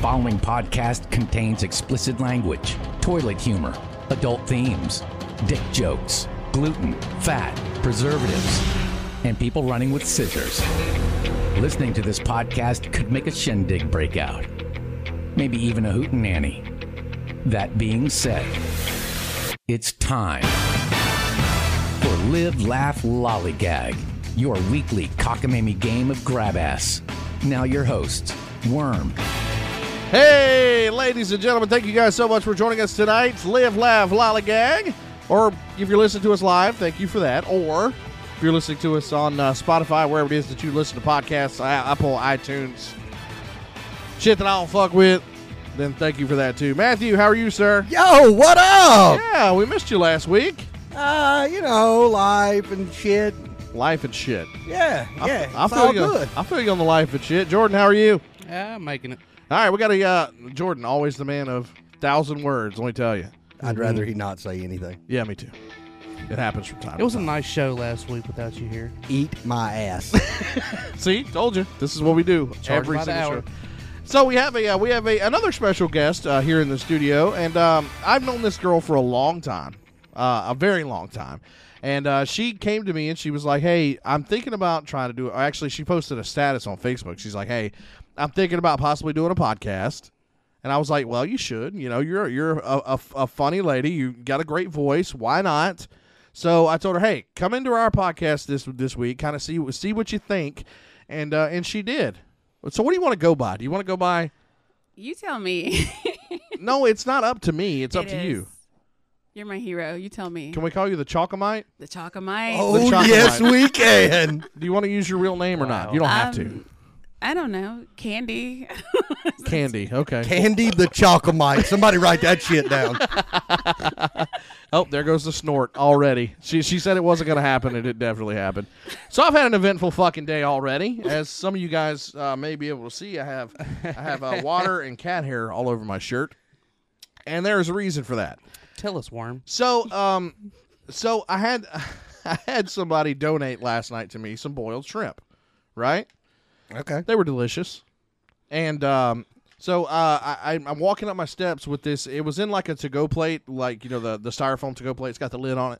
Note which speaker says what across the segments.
Speaker 1: following podcast contains explicit language, toilet humor, adult themes, dick jokes, gluten, fat, preservatives, and people running with scissors. Listening to this podcast could make a shindig break out. Maybe even a hootenanny. That being said, it's time for Live, Laugh, Lollygag, your weekly cockamamie game of grab ass. Now, your hosts, Worm,
Speaker 2: Hey, ladies and gentlemen, thank you guys so much for joining us tonight. Live, laugh, lollygag. Or if you're listening to us live, thank you for that. Or if you're listening to us on uh, Spotify, wherever it is that you listen to podcasts, I- Apple, iTunes, shit that I don't fuck with, then thank you for that too. Matthew, how are you, sir?
Speaker 3: Yo, what up?
Speaker 2: Yeah, we missed you last week.
Speaker 3: Uh, you know, life and shit.
Speaker 2: Life and shit.
Speaker 3: Yeah,
Speaker 2: I-
Speaker 3: yeah.
Speaker 2: I,
Speaker 3: it's
Speaker 2: feel
Speaker 3: all
Speaker 2: you.
Speaker 3: good.
Speaker 2: I feel you on the life and shit. Jordan, how are you?
Speaker 4: Yeah, I'm making it.
Speaker 2: All right, we got a uh, Jordan, always the man of thousand words. Let me tell you.
Speaker 3: I'd rather he not say anything.
Speaker 2: Yeah, me too. It happens from time.
Speaker 4: It was
Speaker 2: to
Speaker 4: a
Speaker 2: time.
Speaker 4: nice show last week without you here.
Speaker 3: Eat my ass.
Speaker 2: See, told you. This is what we do every
Speaker 4: by the
Speaker 2: single
Speaker 4: hour.
Speaker 2: show. So we have a uh, we have a another special guest uh, here in the studio, and um, I've known this girl for a long time, uh, a very long time, and uh, she came to me and she was like, "Hey, I'm thinking about trying to do." Or actually, she posted a status on Facebook. She's like, "Hey, I'm thinking about possibly doing a podcast." And I was like, "Well, you should. You know, you're you're a, a, a funny lady. You got a great voice. Why not?" So I told her, "Hey, come into our podcast this this week. Kind of see see what you think," and uh, and she did. So what do you want to go by? Do you want to go by?
Speaker 5: You tell me.
Speaker 2: No, it's not up to me. It's up
Speaker 5: It
Speaker 2: to
Speaker 5: is.
Speaker 2: you.
Speaker 5: You're my hero. You tell me.
Speaker 2: Can we call you the Chalkamite?
Speaker 5: the Chalkamite.
Speaker 2: The
Speaker 3: oh,
Speaker 2: chocolate
Speaker 3: yes,
Speaker 2: life.
Speaker 3: we can.
Speaker 2: Do you want to use your real name or not? You don't have to.
Speaker 5: Um, I don't know. Candy.
Speaker 2: Candy. Okay.
Speaker 3: Candy the Chocomite. Somebody write that shit down.
Speaker 2: Oh, there goes the snort already. She she said it wasn't going to happen, and it definitely happened. So I've had an eventful fucking day already. As some of you guys uh, may be able to see, I have I have uh, water and cat hair all over my shirt, and there is a reason for that.
Speaker 4: Tell us, Worm.
Speaker 2: So, um, so I had I had somebody donate last night to me some boiled shrimp, right?
Speaker 3: Okay.
Speaker 2: They were delicious, and um, so uh, I, I'm- I'm walking up my steps with this. It was in like a to-go plate, like you know the the styrofoam to-go plate. It's got the lid on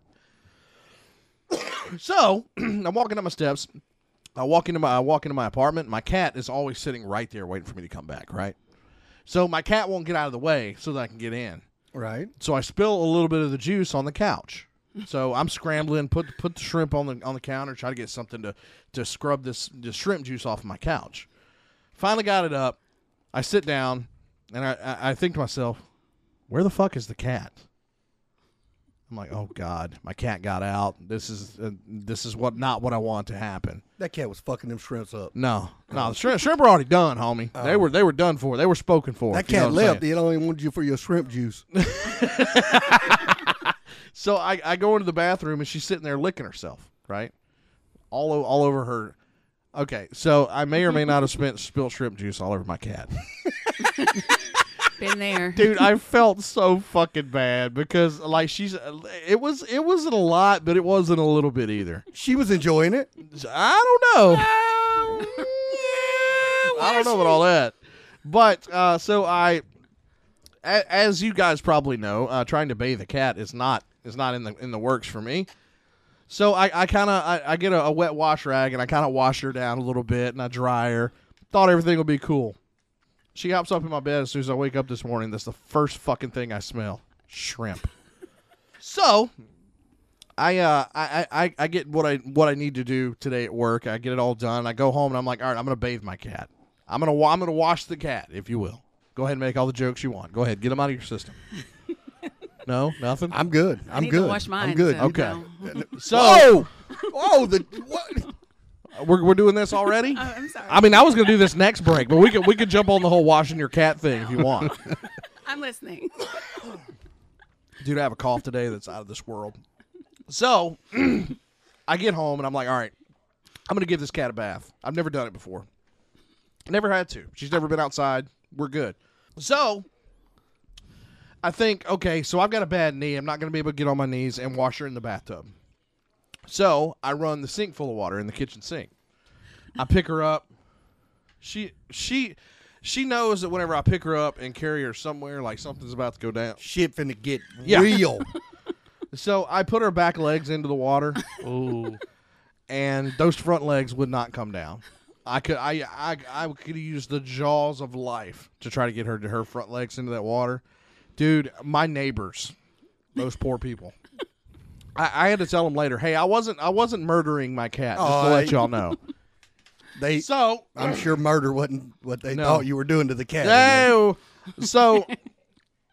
Speaker 2: it. so I'm walking up my steps. I walk into my I walk into my apartment. My cat is always sitting right there waiting for me to come back. Right. So my cat won't get out of the way so that I can get in
Speaker 3: Right.
Speaker 2: so I spill a little bit of the juice on the couch. So I'm scrambling, put put the shrimp on the on the counter, try to get something to to scrub this the shrimp juice off my couch. Finally got it up. I sit down, and I, I I think to myself, where the fuck is the cat? I'm like, oh god, my cat got out. This is uh, this is what not what I want to happen.
Speaker 3: That cat was fucking them shrimps up.
Speaker 2: No, no, the shrimp, shrimp were already done, homie. They were they were done for. They were spoken for.
Speaker 3: Oh. That
Speaker 2: you know
Speaker 3: cat
Speaker 2: what I'm saying?
Speaker 3: left. It only wanted you for your shrimp juice.
Speaker 2: So I, I go into the bathroom and she's sitting there licking herself, right? All o- all over her. Okay, so I may or may not have spent spilt shrimp juice all over my cat.
Speaker 5: Been there.
Speaker 2: Dude, I felt so fucking bad because like she's it was it wasn't a lot, but it wasn't a little bit either.
Speaker 3: She was enjoying it.
Speaker 2: I don't know. I don't know about all that. But uh, so I, a, as you guys probably know, uh, trying to bathe a cat is not is not in the in the works for me. So I, I kind of I, I get a, a wet wash rag and I kind of wash her down a little bit and I dry her. Thought everything would be cool. She hops up in my bed as soon as I wake up this morning. That's the first fucking thing I smell: shrimp. so I uh I, I- I I get what I what I need to do today at work. I get it all done. I go home and I'm like, all right, I'm gonna bathe my cat. I'm gonna wa- I'm gonna wash the cat, if you will. Go ahead and make all the jokes you want. Go ahead, get them out of your system. no, nothing.
Speaker 3: I'm good. I'm
Speaker 5: I need
Speaker 3: good.
Speaker 5: to wash mine.
Speaker 3: I'm good.
Speaker 5: so,
Speaker 2: Okay.
Speaker 5: no.
Speaker 2: so
Speaker 3: Whoa! Whoa! The what?
Speaker 2: we're, we're doing this already.
Speaker 5: Oh, I'm sorry.
Speaker 2: I mean, I was gonna do this next break, but we could we could jump on the whole washing your cat thing if you want.
Speaker 5: I'm listening.
Speaker 2: Dude, I have a cough today that's out of this world. So I get home and I'm like, all right, I'm gonna give this cat a bath. I've never done it before. Never had to. She's never been outside. We're good. So I think, okay, so I've got a bad knee. I'm not gonna be able to get on my knees and wash her in the bathtub. So I run the sink full of water in the kitchen sink. I pick her up. She she she knows that whenever I pick her up and carry her somewhere, like something's about to go down.
Speaker 3: Shit finna get
Speaker 2: Yeah.
Speaker 3: real.
Speaker 2: So I put her back legs into the water,
Speaker 4: Ooh.
Speaker 2: and those front legs would not come down. I could I I I could use the jaws of life to try to get her to her front legs into that water, dude. My neighbors, those poor people. I, I had to tell them later. Hey, I wasn't I wasn't murdering my cat. Just to
Speaker 3: Oh,
Speaker 2: let
Speaker 3: I-
Speaker 2: y'all know.
Speaker 3: They,
Speaker 2: So
Speaker 3: I'm sure murder wasn't what they
Speaker 2: No.
Speaker 3: thought you were doing to the cat.
Speaker 2: No. So,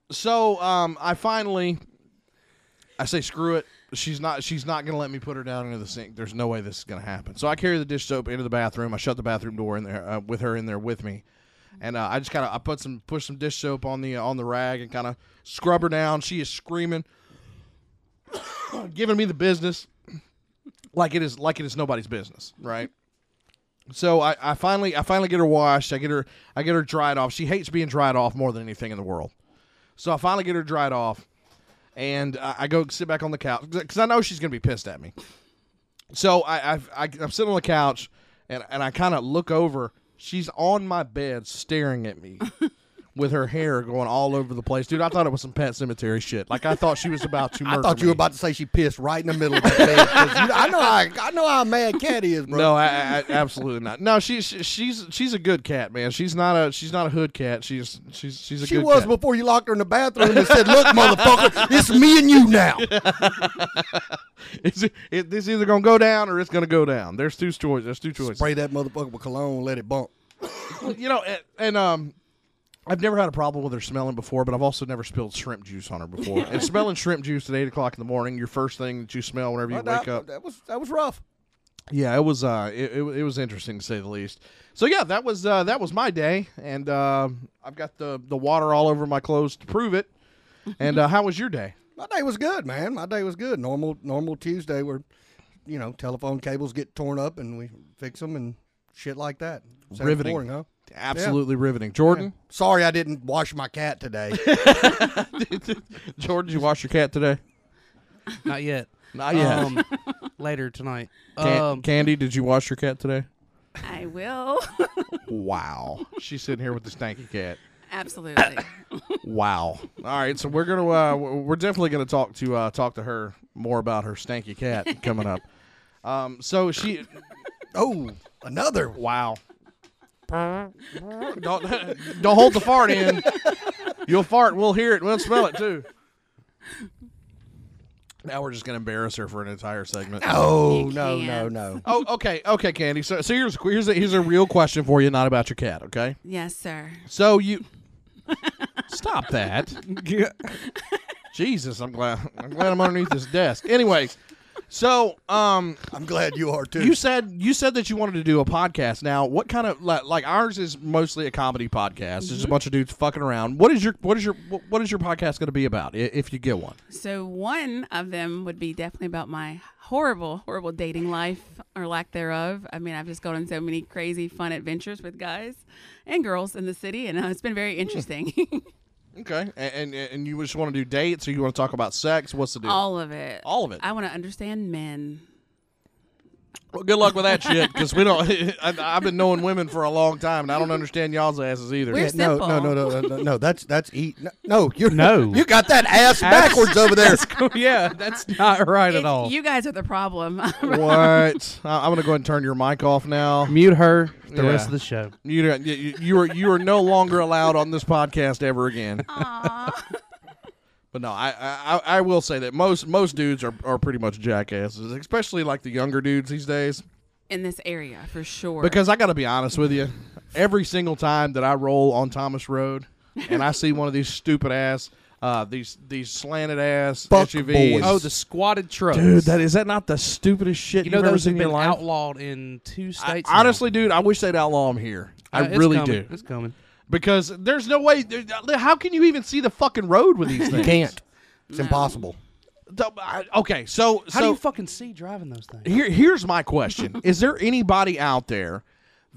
Speaker 2: so um, I finally, I say screw it. She's not. She's not gonna let me put her down into the sink. There's no way this is gonna happen. So I carry the dish soap into the bathroom. I shut the bathroom door in there uh, with her in there with me, and uh, I just kind of I put some push some dish soap on the uh, on the rag and kind of scrub her down. She is screaming, giving me the business, like it is like it is nobody's business, right? So I, I finally I finally get her washed. I get her I get her dried off. She hates being dried off more than anything in the world. So I finally get her dried off, and I, I go sit back on the couch because I know she's gonna be pissed at me. So I, I, I I'm sitting on the couch, and and I kind of look over. She's on my bed staring at me. With her hair going all over the place, dude. I thought it was some pet cemetery shit. Like I thought she was about to murder.
Speaker 3: I thought you
Speaker 2: me.
Speaker 3: were about to say she pissed right in the middle of the bed. 'cause you- I know, how, I know how mad cat is, bro.
Speaker 2: No, I, I, I- absolutely not. No, she's she's she's a good cat, man. She's not a she's not a hood cat. She's she's she's a
Speaker 3: she
Speaker 2: good
Speaker 3: was
Speaker 2: cat.
Speaker 3: before you locked her in the bathroom and said, "Look, motherfucker, it's me and you now."
Speaker 2: It's, it, this either gonna go down or it's gonna go down. There's two choices. There's two choices.
Speaker 3: Spray that motherfucker with cologne, let it bump.
Speaker 2: You know, and, and um, I've never had a problem with her smelling before, but I've also never spilled shrimp juice on her before. and smelling shrimp juice at eight o'clock in the morning, your first thing that you smell whenever you
Speaker 3: Well,
Speaker 2: wake
Speaker 3: that,
Speaker 2: up.
Speaker 3: That was that was rough.
Speaker 2: Yeah, it was uh, it, it, it was interesting to say the least. So yeah, that was uh, that was my day, and uh, I've got the the water all over my clothes to prove it. And uh, how was your day?
Speaker 3: My day was good, man. My day was good. Normal normal Tuesday where, you know, telephone cables get torn up and we fix them and shit like that. Sounds
Speaker 2: Riveting.
Speaker 3: boring, huh?
Speaker 2: Absolutely riveting. Jordan,
Speaker 3: Sorry, I didn't wash my cat today.
Speaker 2: Jordan, did you wash your cat today?
Speaker 4: Not yet.
Speaker 2: Not yet.
Speaker 4: Um, later tonight.
Speaker 2: Can-
Speaker 4: Um,
Speaker 2: Candy, did you wash your cat today?
Speaker 5: I will.
Speaker 2: Wow. She's sitting here with the stanky cat.
Speaker 5: Absolutely.
Speaker 2: Wow. All right, so we're gonna uh, w- we're definitely gonna talk to uh, talk to her more about her stanky cat coming up. Um, so she,
Speaker 3: oh, another.
Speaker 2: wow. don't don't hold the fart in. You'll fart. We'll hear it. We'll smell it too. Now we're just gonna embarrass her for an entire segment.
Speaker 3: Oh
Speaker 5: You
Speaker 3: no no
Speaker 5: can't.
Speaker 3: no.
Speaker 2: Oh, okay, okay, Candy. So, so here's here's a, here's a real question for you, not about your cat. Okay.
Speaker 5: yes, sir.
Speaker 2: So you stop that. Jesus, I'm glad I'm glad I'm underneath this desk. Anyways, so um,
Speaker 3: I'm glad you are too.
Speaker 2: you said you said that you wanted to do a podcast. Now, what kind of like, like ours is mostly a comedy podcast. There's a bunch of dudes fucking around. What is your what is your what is your podcast going to be about i- if you get one?
Speaker 5: So one of them would be definitely about my horrible, horrible dating life or lack thereof. I mean, I've just gone on so many crazy, fun adventures with guys and girls in the city, and uh, it's been very interesting.
Speaker 2: Okay, and and, and you just want to do dates, or you want to talk about sex? What's the deal?
Speaker 5: All of it.
Speaker 2: All of it.
Speaker 5: I want to understand men.
Speaker 2: Well, good luck with that shit, because we don't. I, I've been knowing women for a long time, and I don't understand y'all's asses either.
Speaker 5: We're-
Speaker 3: no, no, no, no, no, no, no. That's that's eat. No, no, you're
Speaker 4: No.
Speaker 3: You got that ass backwards over there.
Speaker 4: yeah, that's not right at
Speaker 5: It's-
Speaker 4: all.
Speaker 5: You guys are the problem.
Speaker 2: what? I, I'm gonna go ahead and turn your mic off now.
Speaker 4: Mute her for the
Speaker 2: Yeah.
Speaker 4: rest of the show.
Speaker 2: You, don't- you, you- you are you are no longer allowed on this podcast ever again. But no, I, I I will say that most most dudes are, are pretty much jackasses, especially like the younger dudes these days.
Speaker 5: in this area for sure.
Speaker 2: Because I got to be honest with you, every single time that I roll on Thomas Road and I see one of these stupid ass, uh, these these slanted ass
Speaker 3: Fuck
Speaker 2: SUVs.
Speaker 3: boys.
Speaker 4: Oh, the squatted trucks.
Speaker 2: dude, that is that not the stupidest shit
Speaker 4: You
Speaker 2: you
Speaker 4: know
Speaker 2: have ever
Speaker 4: those
Speaker 2: seen
Speaker 4: have
Speaker 2: in your life?
Speaker 4: been outlawed in two
Speaker 2: I,
Speaker 4: states. now.
Speaker 2: honestly, dude, I wish they'd outlaw them here. I
Speaker 4: Uh, it's
Speaker 2: really
Speaker 4: coming.
Speaker 2: do
Speaker 4: It's coming.
Speaker 2: because there's no way. there- How can you even see the fucking road with these
Speaker 3: You
Speaker 2: things?
Speaker 3: can't. It's impossible.
Speaker 2: The- I- Okay, so so
Speaker 4: How do you fucking see driving those things?
Speaker 2: here here's my question is there anybody out there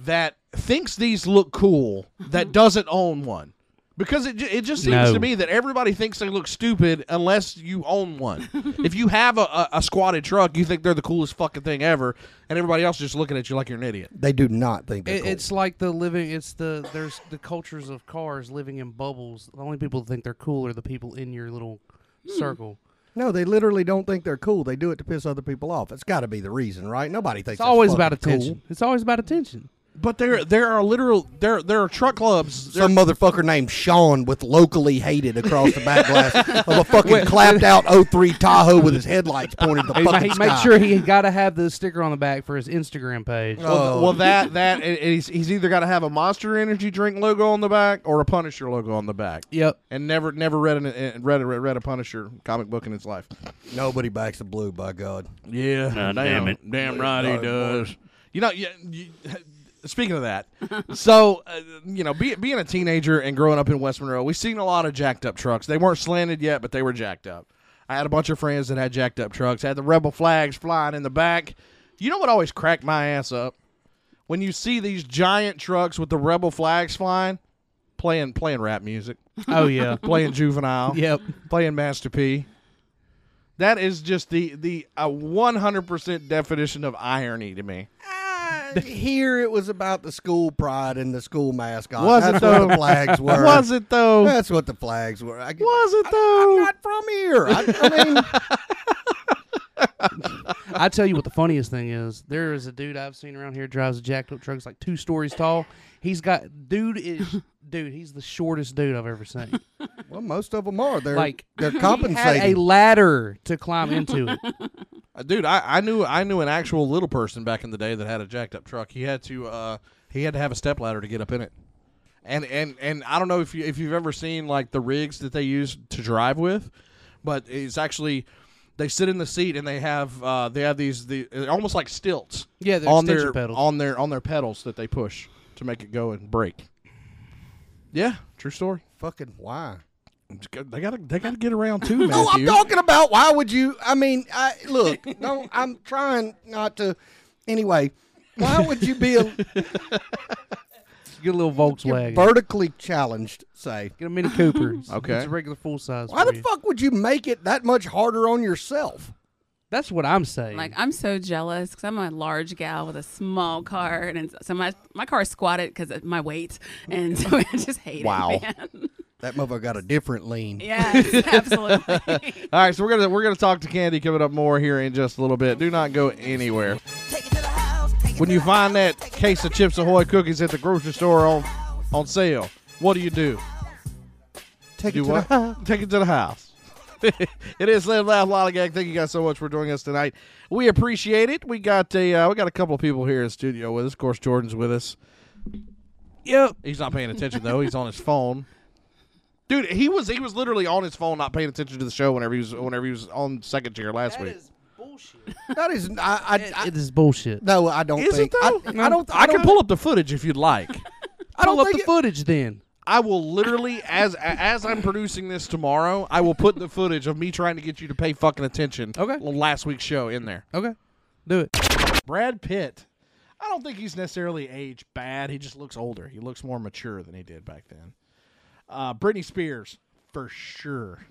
Speaker 2: that thinks these look cool that doesn't own one Because it, ju- it just seems
Speaker 4: No.
Speaker 2: to me that everybody thinks they look stupid unless you own one. if you have a, a, a squatted truck, you think they're the coolest fucking thing ever, and everybody else is just looking at you like you're an idiot.
Speaker 3: They do not think they're
Speaker 4: It,
Speaker 3: cool.
Speaker 4: It's like the living. It's the there's the cultures of cars living in bubbles. The only people that think they're cool are the people in your little circle.
Speaker 3: no, they literally don't think they're cool. They do it to piss other people off. It's got to be the reason, right? Nobody thinks
Speaker 4: It's always
Speaker 3: fucking
Speaker 4: about
Speaker 3: cool.
Speaker 4: attention. It's always about attention.
Speaker 2: But there there are literal there there are truck clubs. there-
Speaker 3: Some motherfucker named Sean with locally hated across the back glass of a fucking clapped out 03 Tahoe with his headlights pointed to the
Speaker 4: He ma-
Speaker 3: fucking
Speaker 4: he
Speaker 3: sky.
Speaker 4: make sure he got to have the sticker on the back for his Instagram page.
Speaker 3: Oh.
Speaker 2: well, well, that that and- and he's, he's either got to have a Monster Energy drink logo on the back or a Punisher logo on the back.
Speaker 4: Yep.
Speaker 2: And never never read an uh, read a read a Punisher comic book in his life.
Speaker 3: Nobody backs the blue, by God.
Speaker 2: Yeah, damn it, damn right he does. You know, you, you, speaking of that, so uh, you know, be, being a teenager and growing up in West Monroe, we've seen a lot of jacked up trucks. They weren't slanted yet, but they were jacked up. I had a bunch of friends that had jacked up trucks. Had the rebel flags flying in the back. You know what always cracked my ass up when you see these giant trucks with the rebel flags flying, playing playing rap music,
Speaker 4: Oh yeah.
Speaker 2: playing juvenile
Speaker 4: yep.
Speaker 2: playing Master P. That is just the the a one hundred percent definition of irony to me.
Speaker 3: Uh, Here it was about the school pride and the school mascot.
Speaker 2: Was it
Speaker 3: That's what
Speaker 2: though?
Speaker 3: the flags were.
Speaker 2: Was it though?
Speaker 3: That's what the flags were. I,
Speaker 2: Was it
Speaker 3: I'm
Speaker 2: though?
Speaker 3: not from here. I, I mean,
Speaker 4: I tell you what the funniest thing is. There is a dude I've seen around here drives a jacked up truck. It's like two stories tall. He's got dude is dude. He's the shortest dude I've ever seen.
Speaker 3: well, most of them are. They're
Speaker 4: Like,
Speaker 3: they're
Speaker 4: He had a
Speaker 3: compensating.
Speaker 4: ladder to climb into it.
Speaker 2: Uh, Dude, I, I knew I knew an actual little person back in the day that had a jacked up truck. He had to uh he had to have a step ladder to get up in it. And and and I don't know if you if you've ever seen like the rigs that they use to drive with, but it's actually they sit in the seat and they have uh they have these the they're almost like stilts.
Speaker 4: Yeah, they're
Speaker 2: on
Speaker 4: extension
Speaker 2: their
Speaker 4: pedals.
Speaker 2: on their on their pedals that they push to make it go and brake. Yeah, true story.
Speaker 3: Fucking why?
Speaker 2: They gotta they gotta get around too,
Speaker 3: No, Oh, I'm
Speaker 2: Matthew.
Speaker 3: talking about why would you? I mean, I look. No, I'm trying not to. Anyway, why would you be a,
Speaker 4: Get a little Volkswagen.
Speaker 3: vertically challenged? Say,
Speaker 4: Get a Mini Cooper. It's-
Speaker 2: Okay.
Speaker 4: It's a regular full size.
Speaker 3: why
Speaker 4: for
Speaker 3: the
Speaker 4: you.
Speaker 3: fuck would you make it that much harder on yourself?
Speaker 4: That's what I'm saying.
Speaker 5: Like I'm so jealous because I'm a large gal with a small car, and it's, so my my car is squatted because of my weight, and so I just hate
Speaker 2: Wow.
Speaker 5: it. man.
Speaker 3: That motherfucker got a different lean.
Speaker 5: Yes, absolutely.
Speaker 2: All right, so we're gonna we're gonna talk to Candy coming up more here in just a little bit. Do not go anywhere. When you find that case of Chips Ahoy cookies at the grocery store on on sale, what do you do?
Speaker 3: Take
Speaker 2: Do
Speaker 3: it to
Speaker 2: what?
Speaker 3: the house.
Speaker 2: Take it to the house. it is Live Laugh Lotta Gag. Thank you guys so much for joining us tonight. We appreciate it. We got a uh, we got a couple of people here in studio with us. Of course, Jordan's with us. Yep. He's not paying attention though. He's on his phone. Dude, he was he was literally on his phone, not paying attention to the show whenever he was whenever he was on second chair last week.
Speaker 4: bullshit.
Speaker 3: That is, I, I, I
Speaker 4: it is bullshit.
Speaker 3: no, I don't
Speaker 2: Is it
Speaker 3: think.
Speaker 2: though?
Speaker 3: I, I don't. I,
Speaker 2: I can
Speaker 3: don't-
Speaker 2: pull up the footage if you'd like.
Speaker 3: I don't
Speaker 4: Pull up
Speaker 3: think
Speaker 4: the
Speaker 3: it-
Speaker 4: footage then.
Speaker 2: I will literally, as as I'm producing this tomorrow, I will put the footage of me trying to get you to pay fucking attention.
Speaker 4: Okay.
Speaker 2: on Last week's show in there.
Speaker 4: Okay. Do it.
Speaker 2: Brad Pitt. I don't think he's necessarily aged bad. He just looks older. He looks more mature than he did back then. Uh, Britney Spears, for sure.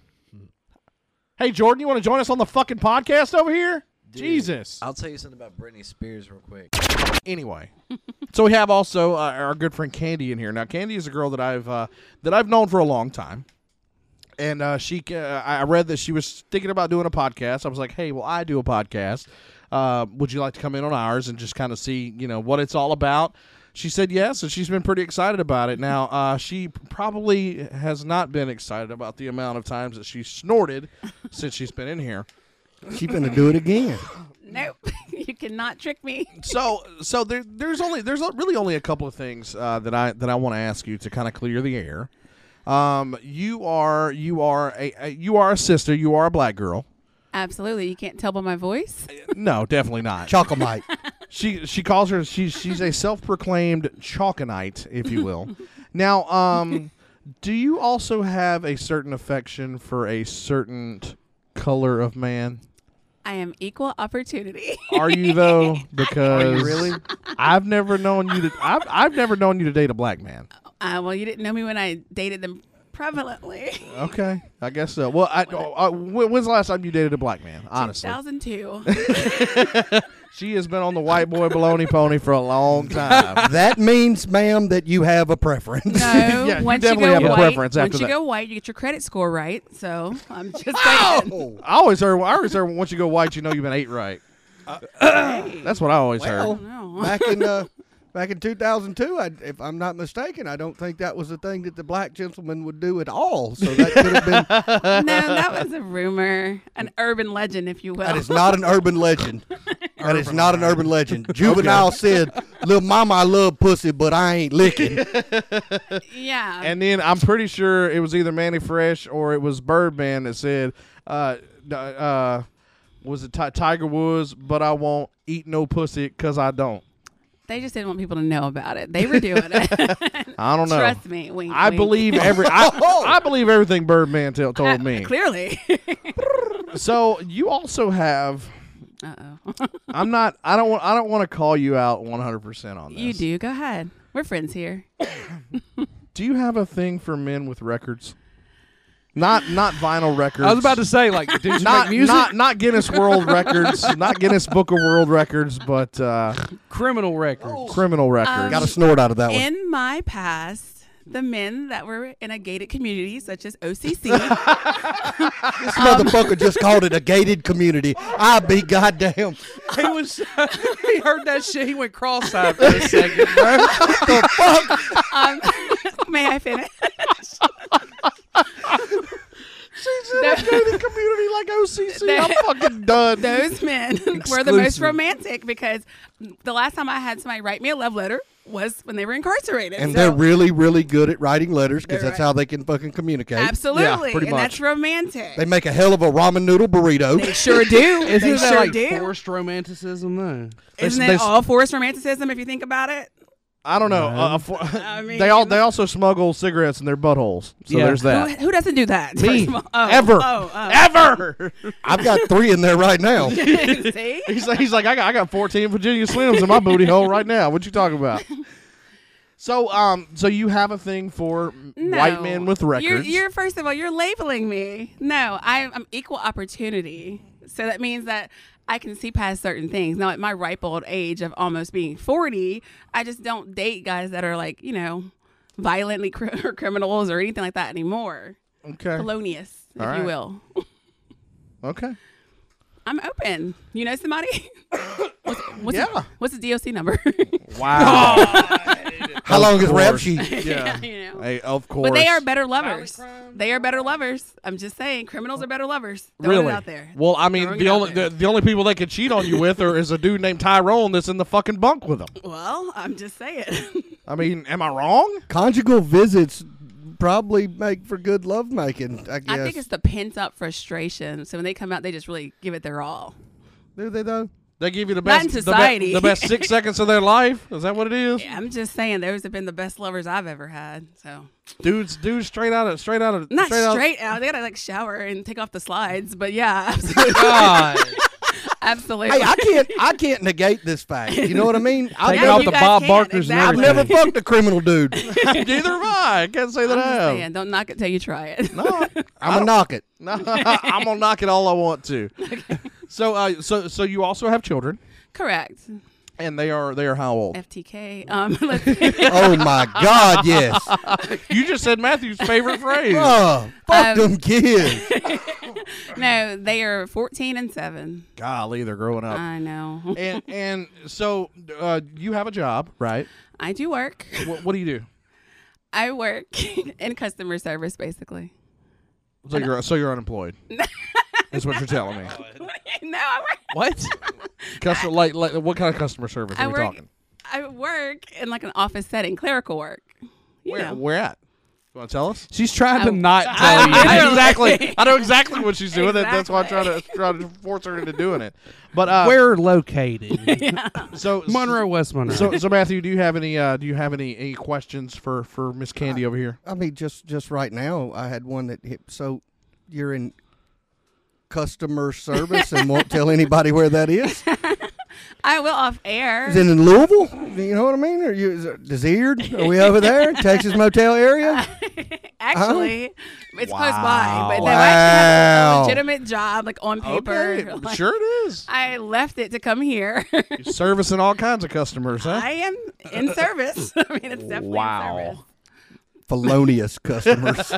Speaker 2: Hey Jordan, you want to join us on the fucking podcast over here? Jesus.
Speaker 6: I'll tell you something about Britney Spears real quick.
Speaker 2: anyway so we have also uh, our good friend candy in here now candy is a girl that i've uh, that i've known for a long time and uh, she uh, i I read that she was thinking about doing a podcast i was like hey well i do a podcast uh, would you like to come in on ours and just kind of see you know what it's all about she said yes and she's been pretty excited about it now uh, she probably has not been excited about the amount of times that she snorted since she's been in here
Speaker 3: She finna do it again.
Speaker 5: nope, you cannot trick me.
Speaker 2: so so there, there's only there's really only a couple of things uh, that I that I want to ask you to kind of clear the air. Um, you are you are a, a you are a sister. You are a black girl.
Speaker 5: Absolutely, you can't tell by my voice.
Speaker 2: No, definitely not.
Speaker 3: Chocolate.
Speaker 2: She she calls her she's she's a self-proclaimed chalconite, if you will. now, um, do you also have a certain affection for a certain color of man?
Speaker 5: I am equal opportunity.
Speaker 2: Are you though? Because really, I've never known you to I've I've never known you to date a black man.
Speaker 5: Uh, well, you didn't know me when I dated the prevalently.
Speaker 2: Okay, I guess so. Well, I, uh, when- when's the last time you dated a black man? Honestly,
Speaker 5: 2002.
Speaker 2: she has been on the white boy baloney pony for a long time.
Speaker 3: That means, ma'am, that you have a preference.
Speaker 5: No,
Speaker 2: Yeah, you
Speaker 5: once
Speaker 2: definitely
Speaker 5: you go
Speaker 2: have a
Speaker 5: white,
Speaker 2: preference
Speaker 5: once
Speaker 2: after
Speaker 5: you
Speaker 2: that.
Speaker 5: go white, you get your credit score right. So I'm just saying.
Speaker 2: I always heard. I always heard once you go white, you know you've been eight right. That's what I always
Speaker 3: Well,
Speaker 2: heard.
Speaker 5: know.
Speaker 3: back in uh, back in 2002, I, if I'm not mistaken, I don't think that was a thing that the black gentleman would do at all. So that could have been.
Speaker 5: no, that was a rumor, an urban legend, if you will.
Speaker 3: That is not an urban legend. That is not an urban legend. Juvenile said, "Little mama, I love pussy, but I ain't licking."
Speaker 5: yeah.
Speaker 2: And then I'm pretty sure it was either Manny Fresh or it was Birdman that said, uh, d- uh, "Was it Ti Tiger Woods?" But I won't eat no pussy because I don't.
Speaker 5: they just didn't want people to know about it. They were doing it.
Speaker 2: I don't know.
Speaker 5: Trust me. Wink,
Speaker 2: I
Speaker 5: wink.
Speaker 2: believe every. I, I believe everything Birdman tell told me.
Speaker 5: Clearly.
Speaker 2: So you also have.
Speaker 5: Uh oh.
Speaker 2: I'm not. I don't want. I don't want to call you out 100 percent on this.
Speaker 5: You do. Go ahead. We're friends here.
Speaker 2: Do you have a thing for men with records? Not not vinyl records.
Speaker 4: I was about to say, like, dudes
Speaker 2: Not
Speaker 4: make music,
Speaker 2: not not Guinness World Records, not Guinness Book of World Records, but uh,
Speaker 4: criminal records.
Speaker 2: criminal
Speaker 5: Um,
Speaker 2: records.
Speaker 3: Got a snort out of
Speaker 2: Oh.
Speaker 3: that one.
Speaker 5: In my past, the men that were in a gated community, such as OCC,
Speaker 3: This
Speaker 5: um,
Speaker 3: motherfucker just called it a gated community. I be goddamn.
Speaker 4: he was, he heard that shit. He went cross-eyed for a second, bro.
Speaker 5: um, may I finish?
Speaker 2: Gated community like OCC. I'm fucking done.
Speaker 5: those men were the most
Speaker 2: Exclusive.
Speaker 5: romantic because the last time I had somebody write me a love letter was when they were incarcerated.
Speaker 3: And
Speaker 5: So-
Speaker 3: they're really, really good at writing letters because
Speaker 5: They're
Speaker 3: that's
Speaker 5: right.
Speaker 3: how they can fucking communicate.
Speaker 5: absolutely,
Speaker 2: pretty
Speaker 5: and
Speaker 2: much.
Speaker 5: that's romantic.
Speaker 3: They make a hell of a ramen noodle burrito.
Speaker 5: They sure do.
Speaker 4: Isn't
Speaker 5: they
Speaker 4: that
Speaker 5: sure
Speaker 4: like
Speaker 5: do.
Speaker 4: forced romanticism, though?
Speaker 5: Isn't
Speaker 2: They-
Speaker 5: it
Speaker 2: they-
Speaker 5: all forced romanticism if you think about it?
Speaker 2: I don't know. Uh, for-
Speaker 5: mean-
Speaker 2: they all they also smuggle cigarettes in their buttholes. So
Speaker 4: Yeah.
Speaker 2: there's
Speaker 5: Who,
Speaker 2: that.
Speaker 5: who doesn't do that?
Speaker 2: Uh, Me.
Speaker 5: First of all. Oh,
Speaker 2: Ever.
Speaker 5: Oh, oh.
Speaker 2: Ever.
Speaker 3: I've got three in there right now.
Speaker 5: See?
Speaker 2: He's like, he's like I got I got 14 Virginia Slims in my booty hole right now. What you talking about? So um so you have a thing for white
Speaker 5: No.
Speaker 2: men with
Speaker 5: You're-
Speaker 2: records.
Speaker 5: You're, first of all, you're labeling me. No, I, I'm equal opportunity. So that means that I can see past certain things. Now, at my ripe old age of almost being 40, I just don't date guys that are like, you know, violently cri- or criminals or anything like that anymore.
Speaker 2: okay.
Speaker 5: Felonious, if
Speaker 2: All right.
Speaker 5: you will.
Speaker 2: Okay.
Speaker 5: I'm open. You know somebody? what's, what's
Speaker 2: Yeah.
Speaker 5: The, what's the DOC number?
Speaker 2: Wow.
Speaker 3: How long is rap sheet?
Speaker 2: yeah.
Speaker 5: you know.
Speaker 2: Hey, of course.
Speaker 5: But they are better lovers. They are better lovers. I'm just saying, criminals are better lovers. Throwing
Speaker 2: really
Speaker 5: it out there.
Speaker 2: Well, I mean,
Speaker 5: Throwing
Speaker 2: the
Speaker 5: it out
Speaker 2: only the,
Speaker 5: there.
Speaker 2: the only people they could cheat on you with are is a dude named Tyrone that's in the fucking bunk with them.
Speaker 5: Well, I'm just saying.
Speaker 2: I mean, am I wrong?
Speaker 3: Conjugal visits probably make for good lovemaking, I guess.
Speaker 5: I think it's the pent up frustration. So when they come out, they just really give it their all.
Speaker 3: Do they though?
Speaker 2: They give you the
Speaker 5: Not
Speaker 2: best
Speaker 5: in
Speaker 2: the be-
Speaker 5: society.
Speaker 2: The, best six seconds of their life. Is that what it is?
Speaker 5: I'm just saying, those have been the best lovers I've ever had. So
Speaker 2: Dudes, dudes, straight out of straight out of
Speaker 5: not
Speaker 2: straight,
Speaker 5: straight,
Speaker 2: out-
Speaker 5: out. They gotta like shower and take off the slides. But yeah,
Speaker 4: God.
Speaker 5: absolutely.
Speaker 3: Hey, I can't I can't negate this fact. You know what I mean?
Speaker 4: Take
Speaker 5: No,
Speaker 3: I've,
Speaker 4: off
Speaker 5: you
Speaker 4: the
Speaker 5: guys
Speaker 4: Bob
Speaker 5: can't,
Speaker 4: Barkers and
Speaker 5: exactly.
Speaker 3: I've
Speaker 4: everything.
Speaker 3: never fucked a criminal dude.
Speaker 2: Neither am I. I can't say that
Speaker 5: I'm
Speaker 2: I
Speaker 5: just
Speaker 2: am.
Speaker 5: saying, don't knock it till you try it.
Speaker 3: I'm gonna knock it.
Speaker 2: No, I'm gonna knock it all I want to. So, uh, so, so you also have children,
Speaker 5: Correct.
Speaker 2: and they are they are how old?
Speaker 5: FTK. Um, let's-
Speaker 3: Oh my god, yes.
Speaker 2: you just said Matthew's favorite phrase.
Speaker 3: Oh, fuck
Speaker 5: Um,
Speaker 3: them kids.
Speaker 5: no, they are 14 and seven.
Speaker 2: Golly, they're growing up.
Speaker 5: I know.
Speaker 2: and and so uh, you have a job, right?
Speaker 5: I do work.
Speaker 2: What, what do you do?
Speaker 5: I work in customer service, basically.
Speaker 2: So you're so you're unemployed. That's what you're telling me.
Speaker 5: no, I work.
Speaker 4: What?
Speaker 2: Customer, like, like, what kind of customer service
Speaker 5: I
Speaker 2: are we
Speaker 5: work.
Speaker 2: talking?
Speaker 5: I work in like an office setting, clerical work. You
Speaker 2: Where,
Speaker 5: know.
Speaker 2: where at? You want to tell us?
Speaker 4: She's trying to
Speaker 5: Oh.
Speaker 4: not tell you.
Speaker 5: I-
Speaker 2: I
Speaker 5: Literally.
Speaker 2: exactly. I know exactly what she's doing. That That's why I'm trying
Speaker 5: Exactly.
Speaker 2: to trying to force her into doing it. But uh,
Speaker 4: We're located.
Speaker 2: So
Speaker 4: Monroe, West Monroe.
Speaker 2: So, so Matthew, do you have any uh, do you have any any questions for for Miss Candy over here?
Speaker 3: I mean just just right now I had one that hit so you're in customer service and won't tell anybody where that is.
Speaker 5: I will off air.
Speaker 3: Is it in Louisville? You know what I mean? Are you is it desired? Are we over there? Texas Motel area?
Speaker 5: actually, it's close by, but they
Speaker 3: Wow.
Speaker 5: actually have a
Speaker 3: Wow.
Speaker 5: legitimate job, like on paper.
Speaker 2: Okay,
Speaker 5: Like,
Speaker 2: sure it is.
Speaker 5: I left it to come here.
Speaker 2: You're servicing all kinds of customers, huh?
Speaker 5: I am in service. I mean, it's definitely
Speaker 2: Wow.
Speaker 5: in service.
Speaker 3: felonious customers.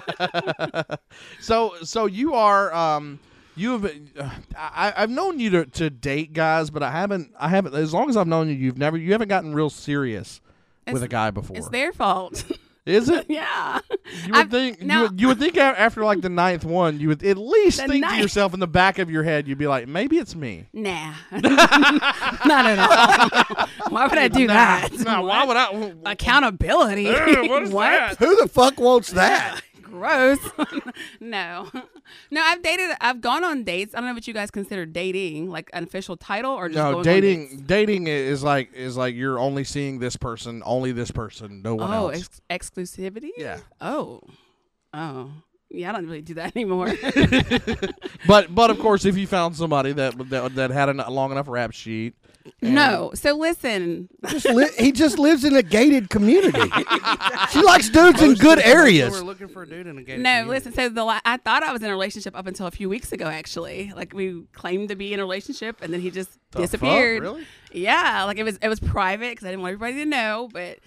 Speaker 2: So, so you are, um, you have, uh, I, I've known you to, to date guys, but I haven't, I haven't. As long as I've known you, you've never, you haven't gotten real serious with
Speaker 5: It's-
Speaker 2: a guy before.
Speaker 5: It's their fault.
Speaker 2: Is it?
Speaker 5: yeah.
Speaker 2: You would
Speaker 5: I've-
Speaker 2: think, you
Speaker 5: now-
Speaker 2: would, you would think a- after like the ninth one, you would at least
Speaker 5: The
Speaker 2: think to
Speaker 5: ninth-
Speaker 2: yourself in the back of your head, you'd be like, maybe it's me.
Speaker 5: Nah. Not at all. why would I do that?
Speaker 2: Nah, why would I?
Speaker 5: Accountability.
Speaker 2: Ugh, what is that?
Speaker 3: Who the fuck wants that?
Speaker 5: Gross. no. No, I've dated I've gone on dates. I don't know what you guys consider dating, like an official title or just going
Speaker 2: No,
Speaker 5: on
Speaker 2: dating
Speaker 5: dates?
Speaker 2: dating i- is like is like you're only seeing this person, only this person, no one
Speaker 5: Oh,
Speaker 2: else.
Speaker 5: ex- exclusivity?
Speaker 2: Yeah.
Speaker 5: Oh. Oh. Yeah, I don't really do that anymore.
Speaker 2: but but of course, if you found somebody that that, that had a n- long enough rap sheet,
Speaker 5: no. So listen.
Speaker 3: Just li- he just lives in a gated community. she likes dudes in good areas.
Speaker 4: We're looking for a dude in a gated
Speaker 5: No,
Speaker 4: community.
Speaker 5: listen. So the la- I thought I was in a relationship up until a few weeks ago actually. Like we claimed to be in a relationship and then he just disappeared.
Speaker 2: really?
Speaker 5: Yeah, like it was it was private because I didn't want everybody to know, but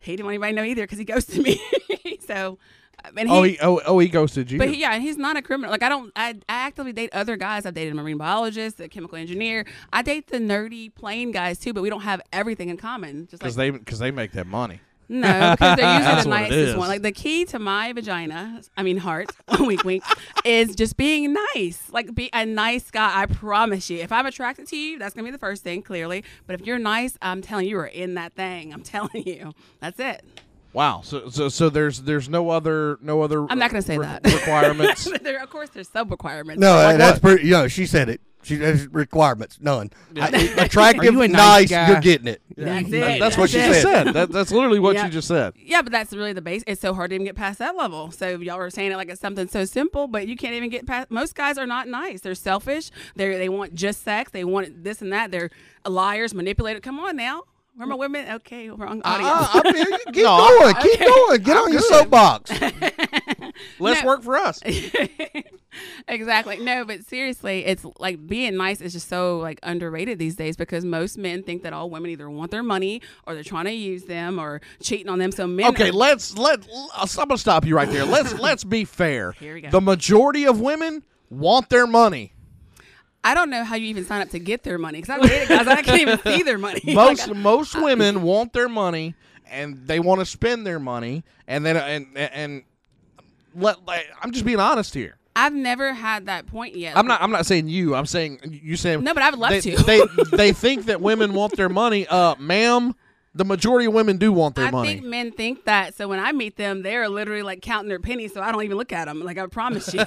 Speaker 5: he didn't want anybody to know either because he ghosted me. so, uh, and he,
Speaker 2: oh he oh, oh he ghosted you.
Speaker 5: but he, yeah, and he's not a criminal. Like I don't, I, I actively date other guys. I've dated a marine biologist, a chemical engineer. I date the nerdy plain guys too, but we don't have everything in common. Just like
Speaker 2: because they because they make that money.
Speaker 5: no, because they're usually
Speaker 2: That's
Speaker 5: the
Speaker 2: what it is.
Speaker 5: nicest one. Like the key to my vagina, I mean heart, wink wink, is just being nice. Like be a nice guy. I promise you. If I'm attracted to you, that's gonna be the first thing, clearly. But if you're nice, I'm telling you, you are in that thing. I'm telling you. That's it.
Speaker 2: Wow. So so so there's there's no other no other.
Speaker 5: I'm not gonna say that.
Speaker 2: requirements.
Speaker 5: there, of course, there's sub requirements.
Speaker 3: No,
Speaker 2: Like
Speaker 3: that's
Speaker 2: what?
Speaker 3: pretty. You know, she said it. She has requirements, none. I- attractive,
Speaker 4: Are you a
Speaker 3: nice,
Speaker 4: nice guy?
Speaker 3: you're getting it.
Speaker 5: that's
Speaker 2: That-
Speaker 5: it.
Speaker 2: that's what she
Speaker 5: That's
Speaker 2: just
Speaker 5: it.
Speaker 2: said. That, that's literally what
Speaker 5: Yeah.
Speaker 2: you just said.
Speaker 5: Yeah, but that's really the base. It's so hard to even get past that level. So y'all are saying it like it's something so simple, but you can't even get past. Most guys are not nice. They're selfish. They they want just sex. They want this and that. They're liars, manipulated. Come on now. Remember women? Okay, wrong
Speaker 2: Uh-huh.
Speaker 5: audience.
Speaker 3: Uh, I feel you. Keep
Speaker 2: No, I-
Speaker 3: going. oh, Keep going. Get on your soapbox.
Speaker 2: Let's
Speaker 5: No.
Speaker 2: work for us.
Speaker 5: exactly. No, but seriously, it's like being nice is just so like underrated these days because most men think that all women either want their money or they're trying to use them or cheating on them. So men.
Speaker 2: Okay,
Speaker 5: are-
Speaker 2: let's let uh, I'm gonna stop you right there. Let's let's be fair.
Speaker 5: Here we go.
Speaker 2: The majority of women want their money.
Speaker 5: I don't know how you even sign up to get their money because I've dated guys I can't even see their money. Like,
Speaker 2: Most most women want their money and they want to spend their money and then and and, and let like, I'm just being honest here.
Speaker 5: I've never had that point yet.
Speaker 2: I'm not I'm not saying you. I'm saying you saying
Speaker 5: No, but I would love
Speaker 2: they,
Speaker 5: to.
Speaker 2: they they think that women want their money. Uh, ma'am, the majority of women do want their
Speaker 5: I
Speaker 2: money.
Speaker 5: think men think that, so when I meet them, they're literally like counting their pennies, so I don't even look at them. Like I promise you.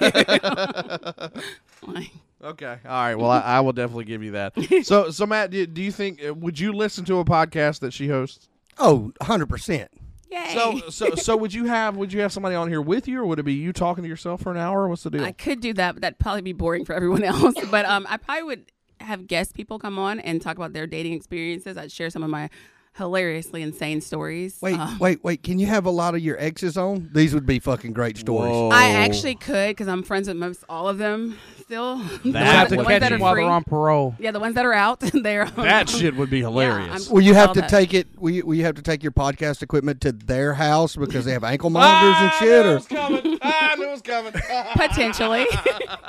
Speaker 5: Like,
Speaker 2: Okay. All right. Well, I, I will definitely give you that. So, so Matt, do, do you think uh, would you listen to a podcast that she hosts?
Speaker 3: Oh, 100%.
Speaker 5: yay!
Speaker 2: So, so, so would you have would you have somebody on here with you, or would it be you talking to yourself for an hour? What's the deal?
Speaker 5: I could do that, but that'd probably be boring for everyone else. but um, I probably would have guest people come on and talk about their dating experiences. I'd share some of my hilariously insane stories.
Speaker 3: Wait,
Speaker 5: Um,
Speaker 3: wait, wait. Can you have a lot of your exes on? These would be fucking great stories.
Speaker 5: I actually could because I'm friends with most all of them still. The ones
Speaker 4: We'll have to
Speaker 5: the ones
Speaker 4: catch
Speaker 5: that are
Speaker 4: him while
Speaker 5: free.
Speaker 4: they're on parole.
Speaker 5: Yeah, the ones that are out, they're
Speaker 2: that shit would be
Speaker 5: Yeah, I'm-
Speaker 2: hilarious.
Speaker 3: Will you
Speaker 5: all
Speaker 3: have to
Speaker 5: that.
Speaker 3: take it? Will you, will you have to take your podcast equipment to their house because they have ankle monitors and shit? Or
Speaker 2: coming. Ah, I knew it was coming.
Speaker 5: potentially.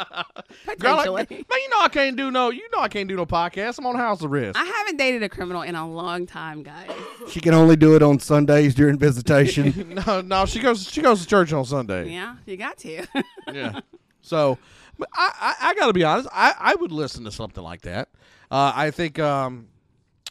Speaker 2: Girl, I, man,
Speaker 5: potentially.
Speaker 2: you know I can't do no. You know I can't do no podcast. I'm on house arrest.
Speaker 5: I haven't dated a criminal in a long time, guys.
Speaker 3: she can only do it on Sundays during visitation.
Speaker 2: no, no. She goes. She goes to church on Sunday.
Speaker 5: Yeah, you got to.
Speaker 2: Yeah. So, but I, I, I got to be honest. I, I would listen to something like that. Uh, I think, um,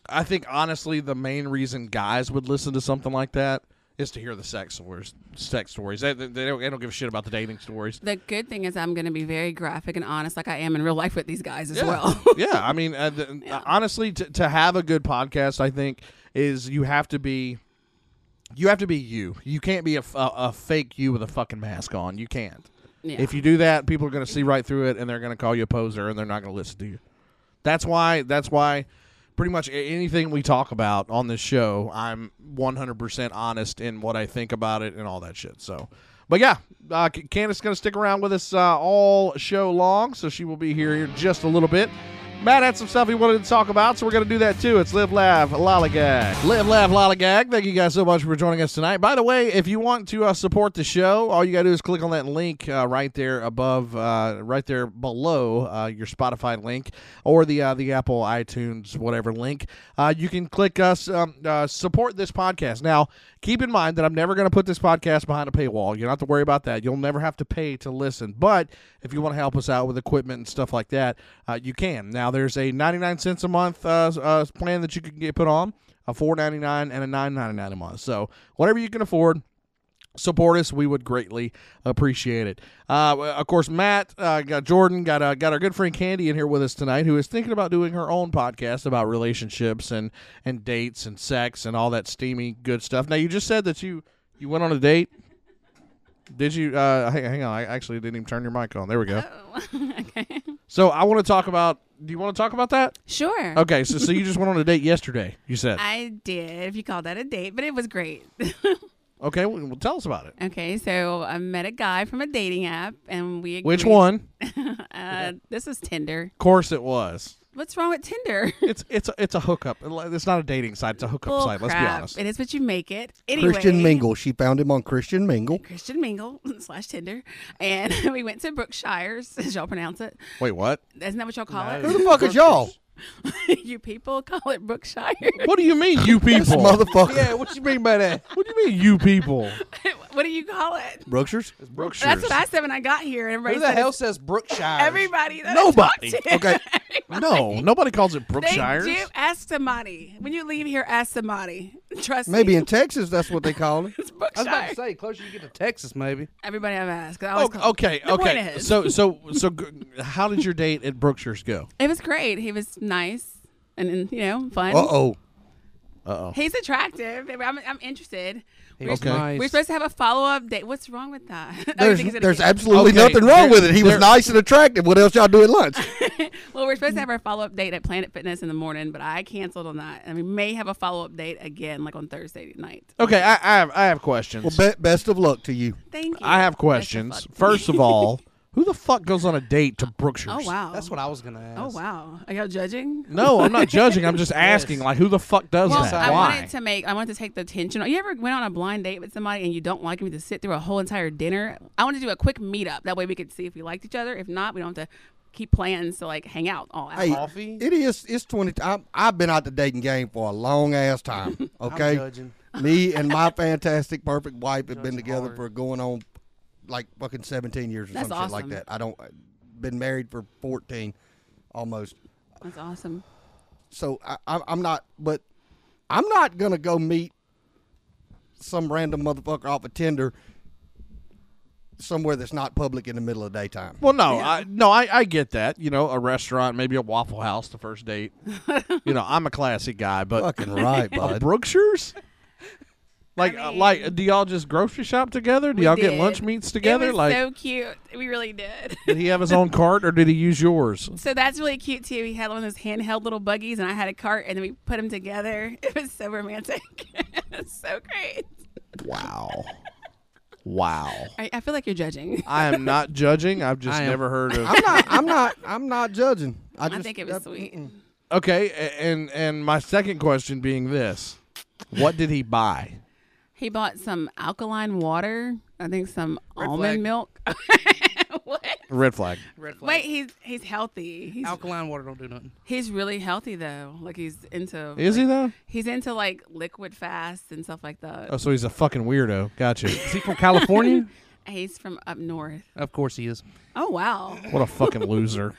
Speaker 2: I think honestly, the main reason guys would listen to something like that is to hear the sex stories. Sex stories. They, they, they don't, they don't give a shit about the dating stories.
Speaker 5: the good thing is I'm going to be very graphic and honest, like I am in real life with these guys as
Speaker 2: Yeah.
Speaker 5: well.
Speaker 2: yeah. I mean, uh, the, honestly, to, to have a good podcast, I think is you have to be. You have to be you. You can't be a, f- a- a fake you with a fucking mask on. You can't.
Speaker 5: Yeah.
Speaker 2: If you do that, people are going to see right through it, and they're going to call you a poser, and they're not going to listen to you. That's why. That's why. Pretty much a- anything we talk about on this show, I'm 100% honest in what I think about it and all that shit. So, But yeah, uh, C- Candace is going to stick around with us uh, all show long, so she will be here in just a little bit. Matt had some stuff he wanted to talk about, so we're going to do that too. It's Live, Laugh, Lollygag. Live, Laugh, Lollygag. Thank you guys so much for joining us tonight. By the way, if you want to uh, support the show, all you got to do is click on that link uh, right there above, uh, right there below uh, your Spotify link or the uh, the Apple iTunes whatever link. Uh, you can click us um, uh, support this podcast. Now, keep in mind that I'm never going to put this podcast behind a paywall. You don't have to worry about that. You'll never have to pay to listen. But if you want to help us out with equipment and stuff like that, uh, you can. Now, there's a 99 cents a month uh, s- uh, plan that you can get put on, a 4.99 and a 9.99 a month. So whatever you can afford support us we would greatly appreciate it uh, of course matt uh, got jordan got uh, got our good friend candy in here with us tonight who is thinking about doing her own podcast about relationships and and dates and sex and all that steamy good stuff now you just said that you you went on a date did you uh hang, hang on i actually didn't even turn your mic on there we go
Speaker 5: Oh, okay.
Speaker 2: so i want to talk about do you want to talk about that
Speaker 5: Sure.
Speaker 2: okay so so you just went on a date yesterday you said
Speaker 5: I did, if you call that a date, but it was great.
Speaker 2: okay well, well tell us about it
Speaker 5: okay, so I met a guy from a dating app, and we
Speaker 2: which
Speaker 5: agreed-
Speaker 2: one of
Speaker 5: Uh, this is Tinder.
Speaker 2: course it was
Speaker 5: What's wrong with Tinder?
Speaker 2: It's it's a, it's a hookup. It's not a dating site. It's a hookup
Speaker 5: Bull
Speaker 2: site. Let's be
Speaker 5: crap.
Speaker 2: honest.
Speaker 5: It is what you make it. Anyway,
Speaker 3: Christian Mingle. She found him on Christian Mingle.
Speaker 5: Christian Mingle slash Tinder, and we went to Brookshire's. As y'all pronounce it?
Speaker 2: Wait, what?
Speaker 5: Isn't that what y'all call
Speaker 3: Who the fuck is y'all?
Speaker 5: it? you people call it Brookshire.
Speaker 2: What do you mean, you
Speaker 3: This
Speaker 2: people?
Speaker 3: motherfucker.
Speaker 2: what you mean by that? What do you mean, you people?
Speaker 5: what do you call it?
Speaker 3: Brookshires?
Speaker 5: That's what I said when I got here. and Everybody
Speaker 4: Who the
Speaker 5: said
Speaker 4: hell
Speaker 5: it's-
Speaker 4: says Brookshire?
Speaker 5: Everybody. That
Speaker 2: Nobody.
Speaker 5: I talked to.
Speaker 2: Okay. No, nobody calls it
Speaker 5: They
Speaker 2: Brookshires.
Speaker 5: do. Ask somebody. When you leave here, ask somebody. Trust
Speaker 3: Maybe
Speaker 5: me.
Speaker 3: in Texas, that's what they call it.
Speaker 5: it's
Speaker 4: I was about to
Speaker 5: Brookshire.
Speaker 4: say, closer you get to Texas, maybe.
Speaker 5: Everybody I've asked. I always
Speaker 2: Oh,
Speaker 5: call-
Speaker 2: okay,
Speaker 5: The
Speaker 2: okay.
Speaker 5: Point is,
Speaker 2: So so so, g- how did your date at Brookshire's go?
Speaker 5: it was great. He was nice and, and, you know
Speaker 3: Uh
Speaker 5: fun.
Speaker 3: oh.
Speaker 5: He's attractive. I'm, I'm interested.
Speaker 4: He
Speaker 5: We're,
Speaker 4: was nice.
Speaker 5: we're supposed to have a follow up date. What's wrong with that? I don't
Speaker 3: There's,
Speaker 5: think it's
Speaker 3: there's
Speaker 5: anything.
Speaker 3: absolutely
Speaker 2: Okay,
Speaker 3: nothing wrong
Speaker 2: there-
Speaker 3: with it. He was
Speaker 2: there-
Speaker 3: nice and attractive. What else y'all do at lunch?
Speaker 5: Well, we're supposed to have our follow up date at Planet Fitness in the morning, but I canceled on that. And we may have a follow up date again, like on Thursday night.
Speaker 2: Okay, I, I have I have questions.
Speaker 3: Well, be- best of luck to you.
Speaker 5: Thank you.
Speaker 2: I have
Speaker 5: Best of
Speaker 2: questions.
Speaker 5: luck.
Speaker 2: First of all, who the fuck goes on a date to Brookshire's?
Speaker 5: oh, wow.
Speaker 4: That's what I was gonna ask.
Speaker 5: Oh, wow. Are y'all judging?
Speaker 2: No, I'm not judging. I'm just asking. Like, who the fuck does
Speaker 5: Well,
Speaker 2: that?
Speaker 5: I
Speaker 2: Why?
Speaker 5: wanted to make I wanted to take the tension. You ever went on a blind date with somebody and you don't like them to sit through a whole entire dinner? I want to do a quick meetup. That way we could see if we liked each other. If not, we don't have to keep plans to like hang out all hour.
Speaker 3: Hey,
Speaker 4: Coffee?
Speaker 3: it is. It's twenty. I'm, I've been out the dating game for a long ass time. Okay,
Speaker 4: judging.
Speaker 3: me and my fantastic, perfect wife have been
Speaker 4: Judge
Speaker 3: together
Speaker 4: hard.
Speaker 3: for going on like fucking seventeen years or
Speaker 5: That's
Speaker 3: some shit like
Speaker 5: awesome.
Speaker 3: that. I don't. Been married for fourteen, almost.
Speaker 5: That's awesome.
Speaker 3: So I, I, I'm not. But I'm not gonna go meet some random motherfucker off of Tinder somewhere that's not public in the middle of daytime.
Speaker 2: Well, no, I, no, I, I get that. You know, a restaurant, maybe a Waffle House, the first date. you know, I'm a classy guy, but
Speaker 3: Fucking right,
Speaker 2: a
Speaker 3: bud.
Speaker 2: Brookshire's. Like,
Speaker 5: I
Speaker 2: uh,
Speaker 5: mean-
Speaker 2: like, do y'all just grocery shop together? Do
Speaker 5: We
Speaker 2: y'all get
Speaker 5: did.
Speaker 2: lunch meets together?
Speaker 5: It was
Speaker 2: like,
Speaker 5: so cute. We really did.
Speaker 2: did he have his own cart or did he use yours?
Speaker 5: So that's really cute too. He had one of those handheld little buggies, and I had a cart, and then we put them together. It was so romantic. it's so great.
Speaker 2: Wow, wow.
Speaker 5: I, I feel like you're judging.
Speaker 2: I am not judging. I've just
Speaker 4: I am-
Speaker 2: never heard of.
Speaker 3: I'm not. I'm not. I'm not judging. I,
Speaker 5: I
Speaker 3: just,
Speaker 5: think it was
Speaker 3: that-
Speaker 5: sweet.
Speaker 2: Okay, a- and and my second question being this: What did he buy?
Speaker 5: He bought some alkaline water. I think some almond
Speaker 4: flag.
Speaker 5: milk. what?
Speaker 2: Red flag.
Speaker 4: Red flag.
Speaker 5: Wait, he's he's healthy. He's
Speaker 4: Alkaline water don't do nothing.
Speaker 5: he's really healthy though. Like he's into
Speaker 2: Is he though?
Speaker 5: he's into like liquid fast and stuff like that.
Speaker 2: Oh, so he's a fucking weirdo. Gotcha.
Speaker 4: Is he from California?
Speaker 5: He's from up north.
Speaker 4: of course he is.
Speaker 5: Oh wow,
Speaker 2: What a fucking loser.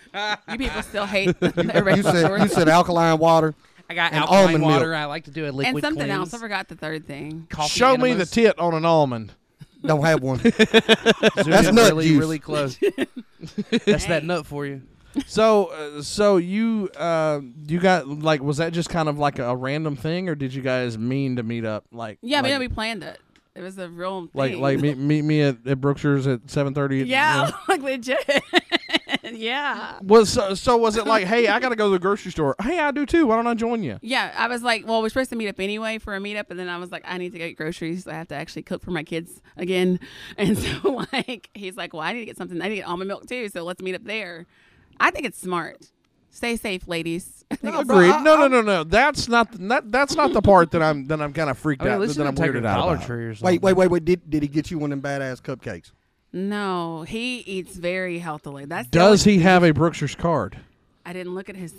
Speaker 5: you people still hate everybody
Speaker 3: You
Speaker 5: from
Speaker 3: said you
Speaker 5: north.
Speaker 3: said alkaline water.
Speaker 4: I got
Speaker 3: And
Speaker 4: alkaline
Speaker 3: almond
Speaker 4: water.
Speaker 3: milk.
Speaker 4: I like to do a liquid
Speaker 5: and something
Speaker 4: cleanse.
Speaker 5: else. I forgot the third thing.
Speaker 4: Coffee
Speaker 2: Show me the
Speaker 4: enemas.
Speaker 2: tit on an almond.
Speaker 3: Don't have one.
Speaker 4: Zoom
Speaker 3: That's
Speaker 4: in
Speaker 3: nut
Speaker 4: really,
Speaker 3: juice.
Speaker 4: really close. That's that nut for you.
Speaker 2: So, uh, so you, uh, you got like, was that just kind of like a random thing, or did you guys mean to meet up? Like,
Speaker 5: Yeah, I
Speaker 2: like,
Speaker 5: mean, we planned it. It was a real
Speaker 2: like,
Speaker 5: thing.
Speaker 2: like meet, meet me at, at Brookshire's at seven thirty.
Speaker 5: yeah, like legit. yeah.
Speaker 2: Was so, so was it like, hey, I gotta go to the grocery store. Hey, I do too. Why don't I join you?
Speaker 5: Yeah, I was like, well, we're supposed to meet up anyway for a meetup, and then I was like, I need to get groceries. I have to actually cook for my kids again, and so like he's like, well, I need to get something. I need to get almond milk too, so let's meet up there. I think it's smart. Stay safe, ladies. I think it's smart.
Speaker 4: uh,
Speaker 2: Agreed. No, no, no, no. That's not that, that's not the part that I'm that I'm kind of freaked
Speaker 4: I mean, at
Speaker 2: out
Speaker 4: least
Speaker 2: that
Speaker 4: you
Speaker 2: I'm
Speaker 4: didn't take her
Speaker 2: weirded
Speaker 4: to
Speaker 2: out
Speaker 4: Dollar
Speaker 2: about.
Speaker 4: Tree or something.
Speaker 3: Wait, wait, wait, wait. Did did he get you one of them badass cupcakes?
Speaker 5: No, he eats very healthily. That's the
Speaker 2: Does
Speaker 5: only-
Speaker 2: he have a Brookshire's card?
Speaker 5: I didn't look at his.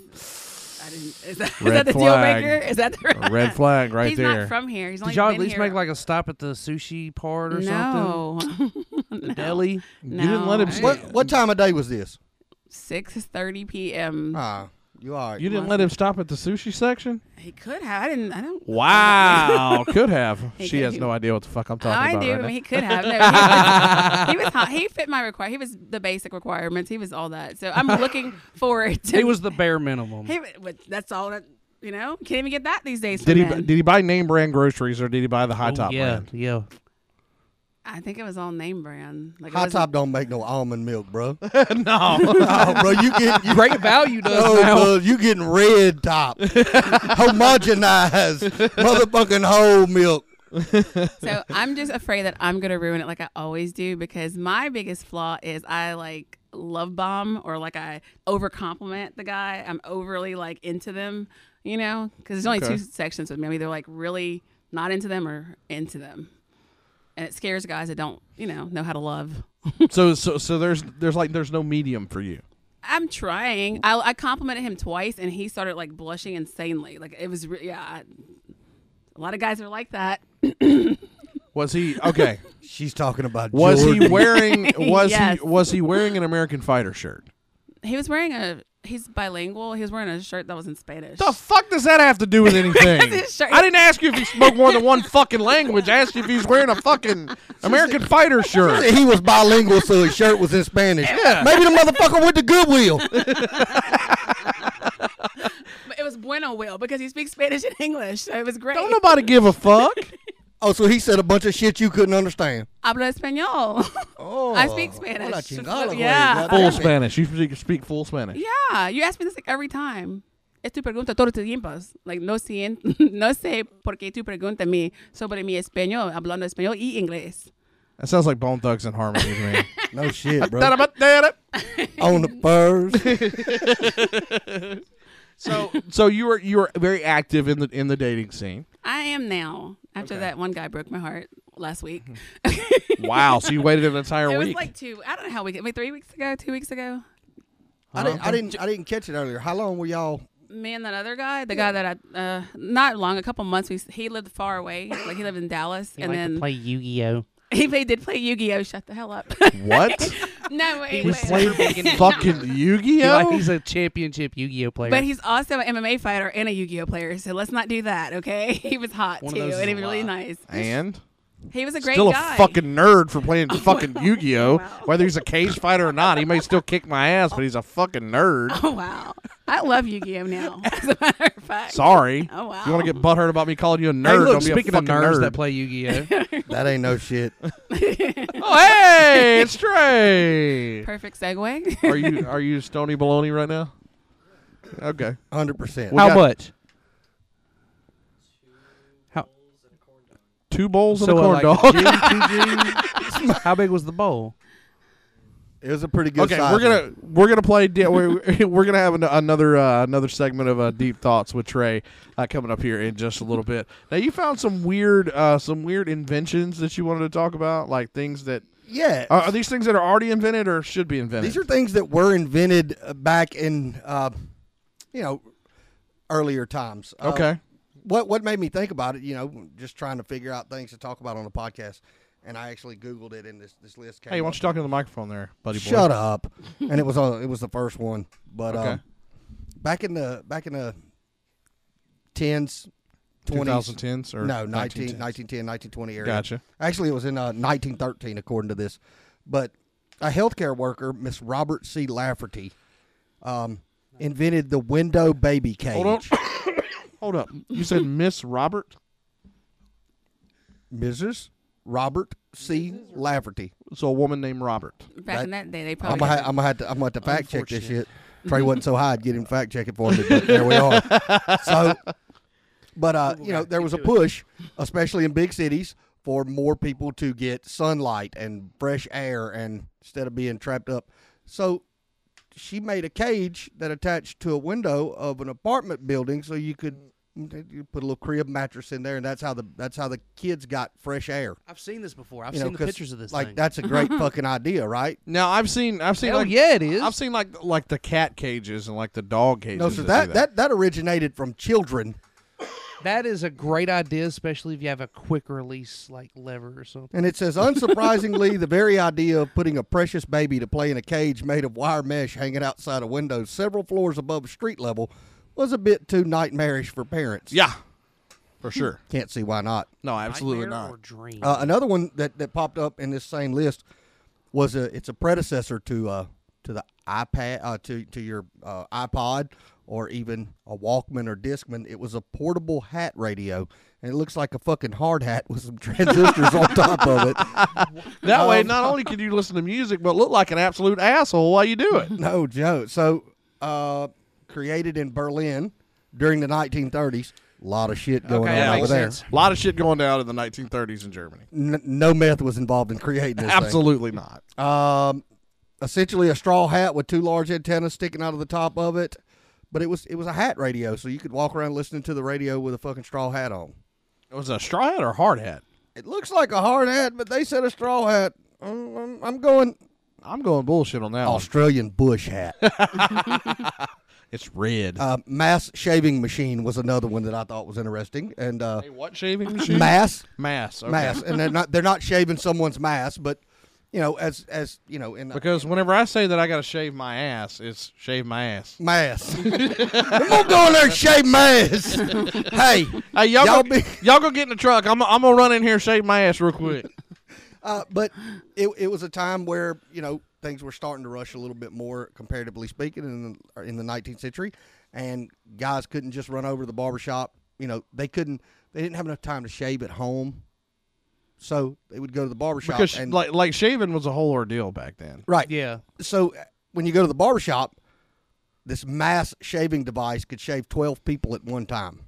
Speaker 5: I didn't. Is that, is
Speaker 2: Red
Speaker 5: that the deal
Speaker 2: flag.
Speaker 5: breaker? Is that the
Speaker 2: A red flag right
Speaker 5: He's
Speaker 2: there.
Speaker 5: not from here. He's only
Speaker 4: Did y'all at
Speaker 5: been
Speaker 4: least
Speaker 5: here-
Speaker 4: make like a stop at the sushi part or something?
Speaker 5: no.
Speaker 4: The deli?
Speaker 5: no.
Speaker 2: didn't let him see-
Speaker 3: What what time of day was this?
Speaker 5: Six thirty p.m.
Speaker 3: Ah, you all right?
Speaker 2: you didn't let him stop at the sushi section.
Speaker 5: He could have. I didn't. I don't.
Speaker 2: Wow, could have.
Speaker 5: He
Speaker 2: she
Speaker 5: could
Speaker 2: has
Speaker 5: have.
Speaker 2: no idea what the fuck I'm talking
Speaker 5: Oh, I
Speaker 2: about
Speaker 5: do.
Speaker 2: right
Speaker 5: I
Speaker 2: now.
Speaker 5: mean, he could have. No, he, was, he was hot. He fit my require. He was the basic requirements. He was all that. So I'm looking forward to.
Speaker 4: It was the bare minimum.
Speaker 5: He, wa- but that's all that. You know, can't even get that these days.
Speaker 2: Did
Speaker 5: from
Speaker 2: he
Speaker 5: men.
Speaker 2: did he buy name brand groceries or did he buy the high
Speaker 4: Oh,
Speaker 2: top
Speaker 4: yeah,
Speaker 2: brand?
Speaker 4: yeah.
Speaker 5: I think it was all name brand. Like it
Speaker 3: Hot
Speaker 5: wasn't-
Speaker 3: top don't make no almond milk, bro.
Speaker 2: no,
Speaker 3: no, bro, you get you,
Speaker 4: Great value
Speaker 2: Oh,
Speaker 4: does
Speaker 3: no,
Speaker 4: now.
Speaker 3: bro, you getting red top, homogenized motherfucking whole milk.
Speaker 5: So I'm just afraid that I'm gonna ruin it like I always do because my biggest flaw is I like love bomb or like I over compliment the guy. I'm overly like into them, you know, because there's only
Speaker 2: Okay.
Speaker 5: two sections with me. I'm either like really not into them or into them, and it scares guys that don't, you know, know how to love.
Speaker 2: so so so there's there's like there's no medium for you.
Speaker 5: I'm trying. I, I complimented him twice, and he started like blushing insanely. Like it was, re- yeah. I, a lot of guys are like that.
Speaker 2: Was he okay?
Speaker 3: She's talking about
Speaker 2: Was he
Speaker 3: Jordan.
Speaker 2: wearing was
Speaker 5: Yes.
Speaker 2: he was he wearing an American fighter shirt?
Speaker 5: He was wearing a. He's bilingual. He was wearing a shirt that was in Spanish.
Speaker 2: The fuck does that have to do with anything?
Speaker 5: his shirt.
Speaker 2: I didn't ask you if he spoke more than one fucking language. I asked you if he was wearing a fucking American fighter shirt.
Speaker 3: He was bilingual, so his shirt was in Spanish.
Speaker 2: Yeah.
Speaker 3: Maybe the motherfucker went to Goodwill.
Speaker 5: But it was bueno will because he speaks Spanish and English, so it was great.
Speaker 2: Don't nobody give a fuck.
Speaker 3: Oh, so he said a bunch of shit you couldn't understand.
Speaker 5: Hablo español.
Speaker 3: Oh,
Speaker 5: I speak Spanish.
Speaker 3: hola, chingada,
Speaker 5: Yeah.
Speaker 3: güey.
Speaker 2: Full Spanish. You speak- speak full Spanish.
Speaker 5: yeah, you ask me this like every time. Es tu pregunta todo el tiempo. Like no sé, no sé por qué tu pregunta me sobre mi español, hablando español y inglés.
Speaker 2: That sounds like Bone Thugs and Harmony to me.
Speaker 3: No shit, bro.
Speaker 2: Da-da-ba-da-da.
Speaker 3: On the first.
Speaker 2: so so you were you were very active in the in the dating scene.
Speaker 5: I am now. After that one guy broke my heart last week.
Speaker 3: Mm-hmm.
Speaker 2: Wow. So you waited an entire
Speaker 5: it was
Speaker 2: week.
Speaker 5: like two. I don't know how we. Wait, three weeks ago, two weeks ago.
Speaker 3: I didn't, I didn't, I didn't catch it earlier. How long were y'all?
Speaker 5: me and that other guy, the guy that I uh, not long, a couple months. We he lived far away, like he lived in Dallas,
Speaker 4: He
Speaker 5: and
Speaker 4: liked to
Speaker 5: then
Speaker 4: play Yu-Gi-Oh.
Speaker 5: he played, did play Yu Gi Oh. Shut the hell up.
Speaker 2: what?
Speaker 5: no wait,
Speaker 4: was
Speaker 5: wait.
Speaker 4: playing
Speaker 2: fucking
Speaker 4: He
Speaker 2: Yu-Gi-Oh.
Speaker 4: like- he's a championship Yu-Gi-Oh player.
Speaker 5: But he's also an MMA fighter and a Yu Gi Oh player, so let's not do that, okay? He was hot
Speaker 4: One of
Speaker 5: too,
Speaker 4: those is
Speaker 5: and he
Speaker 4: a
Speaker 5: was really
Speaker 4: lie.
Speaker 5: nice.
Speaker 2: and
Speaker 5: He was a great
Speaker 2: still a
Speaker 5: guy.
Speaker 2: fucking nerd for playing fucking Yu-Gi-Oh. Whether he's a cage fighter or not, he may still kick my ass, but he's a fucking nerd.
Speaker 5: oh wow, I love Yu Gi Oh now. As a matter of fact,
Speaker 2: Sorry.
Speaker 5: Oh, wow.
Speaker 2: If you want to get butthurt about me calling you a nerd?
Speaker 4: hey, look,
Speaker 2: don't be a
Speaker 4: speaking of
Speaker 2: fucking
Speaker 4: nerds
Speaker 2: nerd.
Speaker 4: that play Yu-Gi-Oh,
Speaker 3: That ain't no shit.
Speaker 2: oh, hey, it's Trey.
Speaker 5: perfect segue.
Speaker 2: Are you are you Stony Baloney right now? Okay.
Speaker 3: Hundred percent.
Speaker 2: Well,
Speaker 4: how
Speaker 2: got-
Speaker 4: much?
Speaker 2: Two bowls
Speaker 4: So,
Speaker 2: and a
Speaker 4: uh,
Speaker 2: corn dog.
Speaker 4: like a G, two Gs? How big was the bowl?
Speaker 3: It was a pretty good.
Speaker 2: okay,
Speaker 3: size
Speaker 2: we're
Speaker 3: one.
Speaker 2: gonna we're gonna play. di- We're, we're gonna have an, another uh, another segment of uh, deep thoughts with Trey uh, coming up here in just a little bit. Now you found some weird uh, some weird inventions that you wanted to talk about, like things that
Speaker 3: Yeah.
Speaker 2: are, are these things that are already invented or should be invented.
Speaker 3: These are things that were invented uh, back in, uh, you know, earlier times. Uh,
Speaker 2: okay.
Speaker 3: what what made me think about it? You know, just trying to figure out things to talk about on the podcast, and I actually Googled it, and this this list came.
Speaker 2: Hey, why
Speaker 3: up.
Speaker 2: don't you talk into the microphone there, buddy? boy?
Speaker 3: Shut up. And it was on. It was the first one, but
Speaker 2: Okay.
Speaker 3: um, back in the back in the tens, twenties,
Speaker 2: 2010s or
Speaker 3: no, 19,
Speaker 2: 1910s?
Speaker 3: 1910, 1920 area.
Speaker 2: Gotcha.
Speaker 3: Actually, it was in uh, 1913, according to this. But a healthcare worker, Miss Robert C. Lafferty, um, invented the window baby cage.
Speaker 2: Hold on. Hold up. You said Miss Robert.
Speaker 3: Mrs. Robert C. Laverty.
Speaker 2: So a woman named Robert.
Speaker 5: Back in that day, they
Speaker 3: I'm
Speaker 5: probably.
Speaker 3: gonna, ha- I'm gonna have to I'm gonna have to fact check this shit. Trey wasn't so high, I'd get him to fact check it for me. But there we are. So, but uh, you know, there was a push, especially in big cities, for more people to get sunlight and fresh air, and instead of being trapped up. So, she made a cage that attached to a window of an apartment building, so you could you put a little crib mattress in there, and that's how the that's how the kids got fresh air.
Speaker 4: I've seen this before. I've
Speaker 3: You know,
Speaker 4: seen the
Speaker 3: 'cause,
Speaker 4: pictures of this
Speaker 3: Like
Speaker 4: thing.
Speaker 3: that's a great fucking idea, right?
Speaker 2: Now I've seen I've seen
Speaker 4: Hell
Speaker 2: like
Speaker 4: yeah, it is.
Speaker 2: I've seen like like the cat cages and like the dog cages.
Speaker 3: No, so
Speaker 2: do
Speaker 3: that, that that originated from children,
Speaker 4: that is a great idea, especially if you have a quick release like lever or something.
Speaker 3: and it says, unsurprisingly, the very idea of putting a precious baby to play in a cage made of wire mesh hanging outside a window several floors above street level was a bit too nightmarish for parents.
Speaker 2: yeah, for sure.
Speaker 3: can't see why not.
Speaker 2: No, absolutely
Speaker 4: Nightmare
Speaker 2: not.
Speaker 4: Or dream.
Speaker 3: Uh, another one that, that popped up in this same list was a it's a predecessor to uh to the iPad uh, to to your uh, iPod or even a Walkman or Discman. It was a portable hat radio, and it looks like a fucking hard hat with some transistors on top of it.
Speaker 2: That
Speaker 3: Um,
Speaker 2: way, not only can you listen to music, but look like an absolute asshole while you do it.
Speaker 3: No joke. So, uh, created in Berlin during the 1930s. A lot of shit going
Speaker 4: Okay,
Speaker 3: on
Speaker 4: that
Speaker 3: over
Speaker 4: makes
Speaker 3: there.
Speaker 4: sense.
Speaker 2: A lot of shit going down in the 1930s in Germany.
Speaker 3: N- no meth was involved in creating this. thing.
Speaker 2: Absolutely not.
Speaker 3: Um, essentially a straw hat with two large antennas sticking out of the top of it, but it was it was a hat radio, so you could walk around listening to the radio with a fucking straw hat on.
Speaker 2: It was a straw hat or hard hat.
Speaker 3: It looks like a hard hat, but they said a straw hat. I'm, I'm, I'm going
Speaker 2: I'm going bullshit on that. one.
Speaker 3: Australian bush hat.
Speaker 2: It's red.
Speaker 3: uh, mass shaving machine was another one that I thought was interesting, and uh,
Speaker 2: hey, what shaving machine?
Speaker 3: mass
Speaker 2: Mass. Okay.
Speaker 3: mass, and they're not they're not shaving someone's mass, but you know as as you know in
Speaker 2: Because whenever I say that I got to shave my ass, it's shave my ass.
Speaker 3: mass. I'm gonna go in there and shave mass. hey,
Speaker 2: Hey, y'all, go,
Speaker 3: Y'all be-
Speaker 2: y'all go get in the truck. I'm, I'm gonna run in here and shave my ass real quick.
Speaker 3: Uh, but it, it was a time where you know things were starting to rush a little bit more, comparatively speaking, in the, in the 19th century, and guys couldn't just run over to the barber shop. You know, they couldn't. They didn't have enough time to shave at home, so they would go to the barber shop.
Speaker 2: Because
Speaker 3: and,
Speaker 2: like like shaving was a whole ordeal back then.
Speaker 3: right,
Speaker 4: yeah.
Speaker 3: So uh, when you go to the barber shop, this mass shaving device could shave 12 people at one time.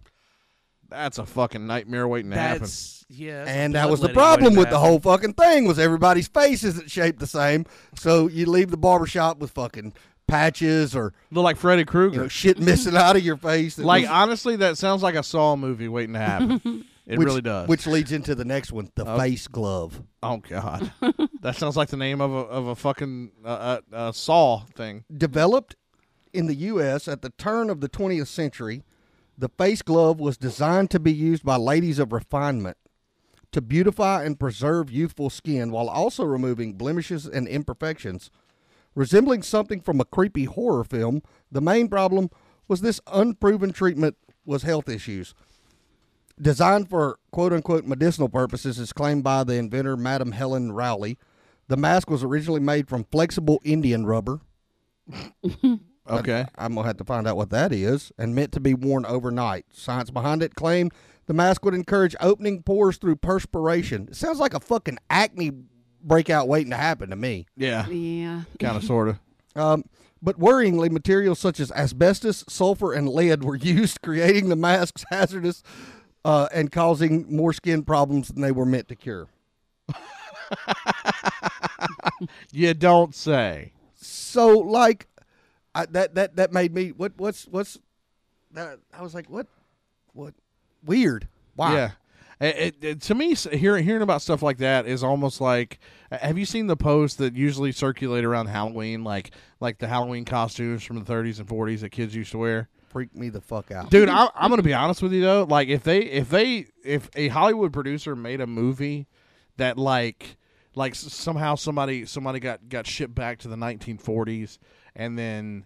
Speaker 2: That's a fucking nightmare waiting to happen.
Speaker 4: That's yeah. that's a
Speaker 3: and that was the
Speaker 4: bloodletting way
Speaker 3: problem with
Speaker 4: to
Speaker 3: the
Speaker 4: happen.
Speaker 3: whole fucking thing was everybody's face isn't shaped the same so you leave the barbershop with fucking patches or
Speaker 2: Look like Freddy
Speaker 3: you know
Speaker 2: Krueger.
Speaker 3: shit missing out of your face that
Speaker 2: like
Speaker 3: was-
Speaker 2: honestly, that sounds like a Saw movie waiting to happen. It
Speaker 3: which,
Speaker 2: really does.
Speaker 3: which leads into the next one the face glove
Speaker 2: oh god, that sounds like the name of a of a fucking uh, uh, uh, Saw thing.
Speaker 3: developed in the US at the turn of the 20th century the face glove was designed to be used by ladies of refinement to beautify and preserve youthful skin while also removing blemishes and imperfections. Resembling something from a creepy horror film, the main problem was this unproven treatment was health issues. Designed for quote unquote medicinal purposes, as claimed by the inventor Madam Helen Rowley, the mask was originally made from flexible Indian rubber.
Speaker 2: Okay,
Speaker 3: I'm gonna have to find out what that is, and meant to be worn overnight. Science behind it claimed the mask would encourage opening pores through perspiration. It sounds like a fucking acne breakout waiting to happen to me.
Speaker 2: yeah,
Speaker 5: yeah.
Speaker 2: kind of, sort of.
Speaker 3: Um, but worryingly, materials such as asbestos, sulfur, and lead were used, creating the masks hazardous uh, and causing more skin problems than they were meant to cure.
Speaker 2: You don't say.
Speaker 3: So, like, I, that that that made me what what's what's that? I was like, what what weird? Why?
Speaker 2: Yeah. It, it- it- to me, s- hearing hearing about stuff like that is almost like. Have you seen the posts that usually circulate around Halloween, like like the Halloween costumes from the 30s and 40s that kids used to wear?
Speaker 3: Freaked me the fuck out.
Speaker 2: Dude, I, I'm gonna be honest with you though. Like, if they if they if a Hollywood producer made a movie that like like s- somehow somebody somebody got got shipped back to the 1940s, and then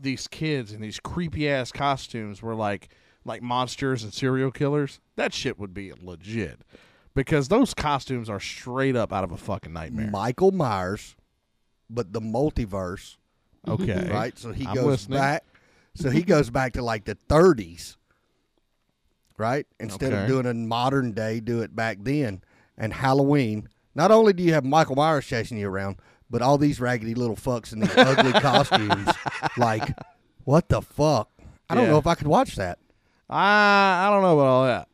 Speaker 2: these kids in these creepy ass costumes were like like monsters and serial killers. That shit would be legit because those costumes are straight up out of a fucking nightmare.
Speaker 3: Michael Myers, but the multiverse,
Speaker 2: Okay,
Speaker 3: right? So he
Speaker 2: I'm
Speaker 3: goes
Speaker 2: listening.
Speaker 3: back. So he goes back to like the 30s, right? Instead
Speaker 2: Okay.
Speaker 3: of doing a modern day, do it back then. and Halloween, not only do you have Michael Myers chasing you around, but all these raggedy little fucks in these ugly costumes. Like, what the fuck? I don't
Speaker 2: Yeah.
Speaker 3: know if I could watch that.
Speaker 2: I I don't know about all that.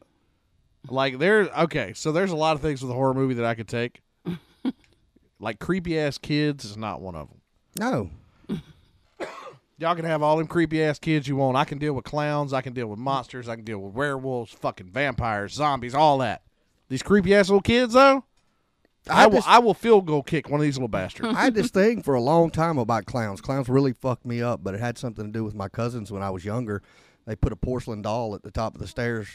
Speaker 2: Like there, okay, so there's a lot of things with a horror movie that I could take. like creepy ass kids is not one of them.
Speaker 3: No.
Speaker 2: Y'all can have all them creepy ass kids you want. I can deal with clowns. I can deal with monsters. I can deal with werewolves, fucking vampires, zombies, all that. These creepy ass little kids though, I,
Speaker 3: I
Speaker 2: will
Speaker 3: just-
Speaker 2: I will field goal kick one of these little bastards.
Speaker 3: I had this thing for a long time about clowns. Clowns really fucked me up, but it had something to do with my cousins when I was younger. They put a porcelain doll at the top of the stairs,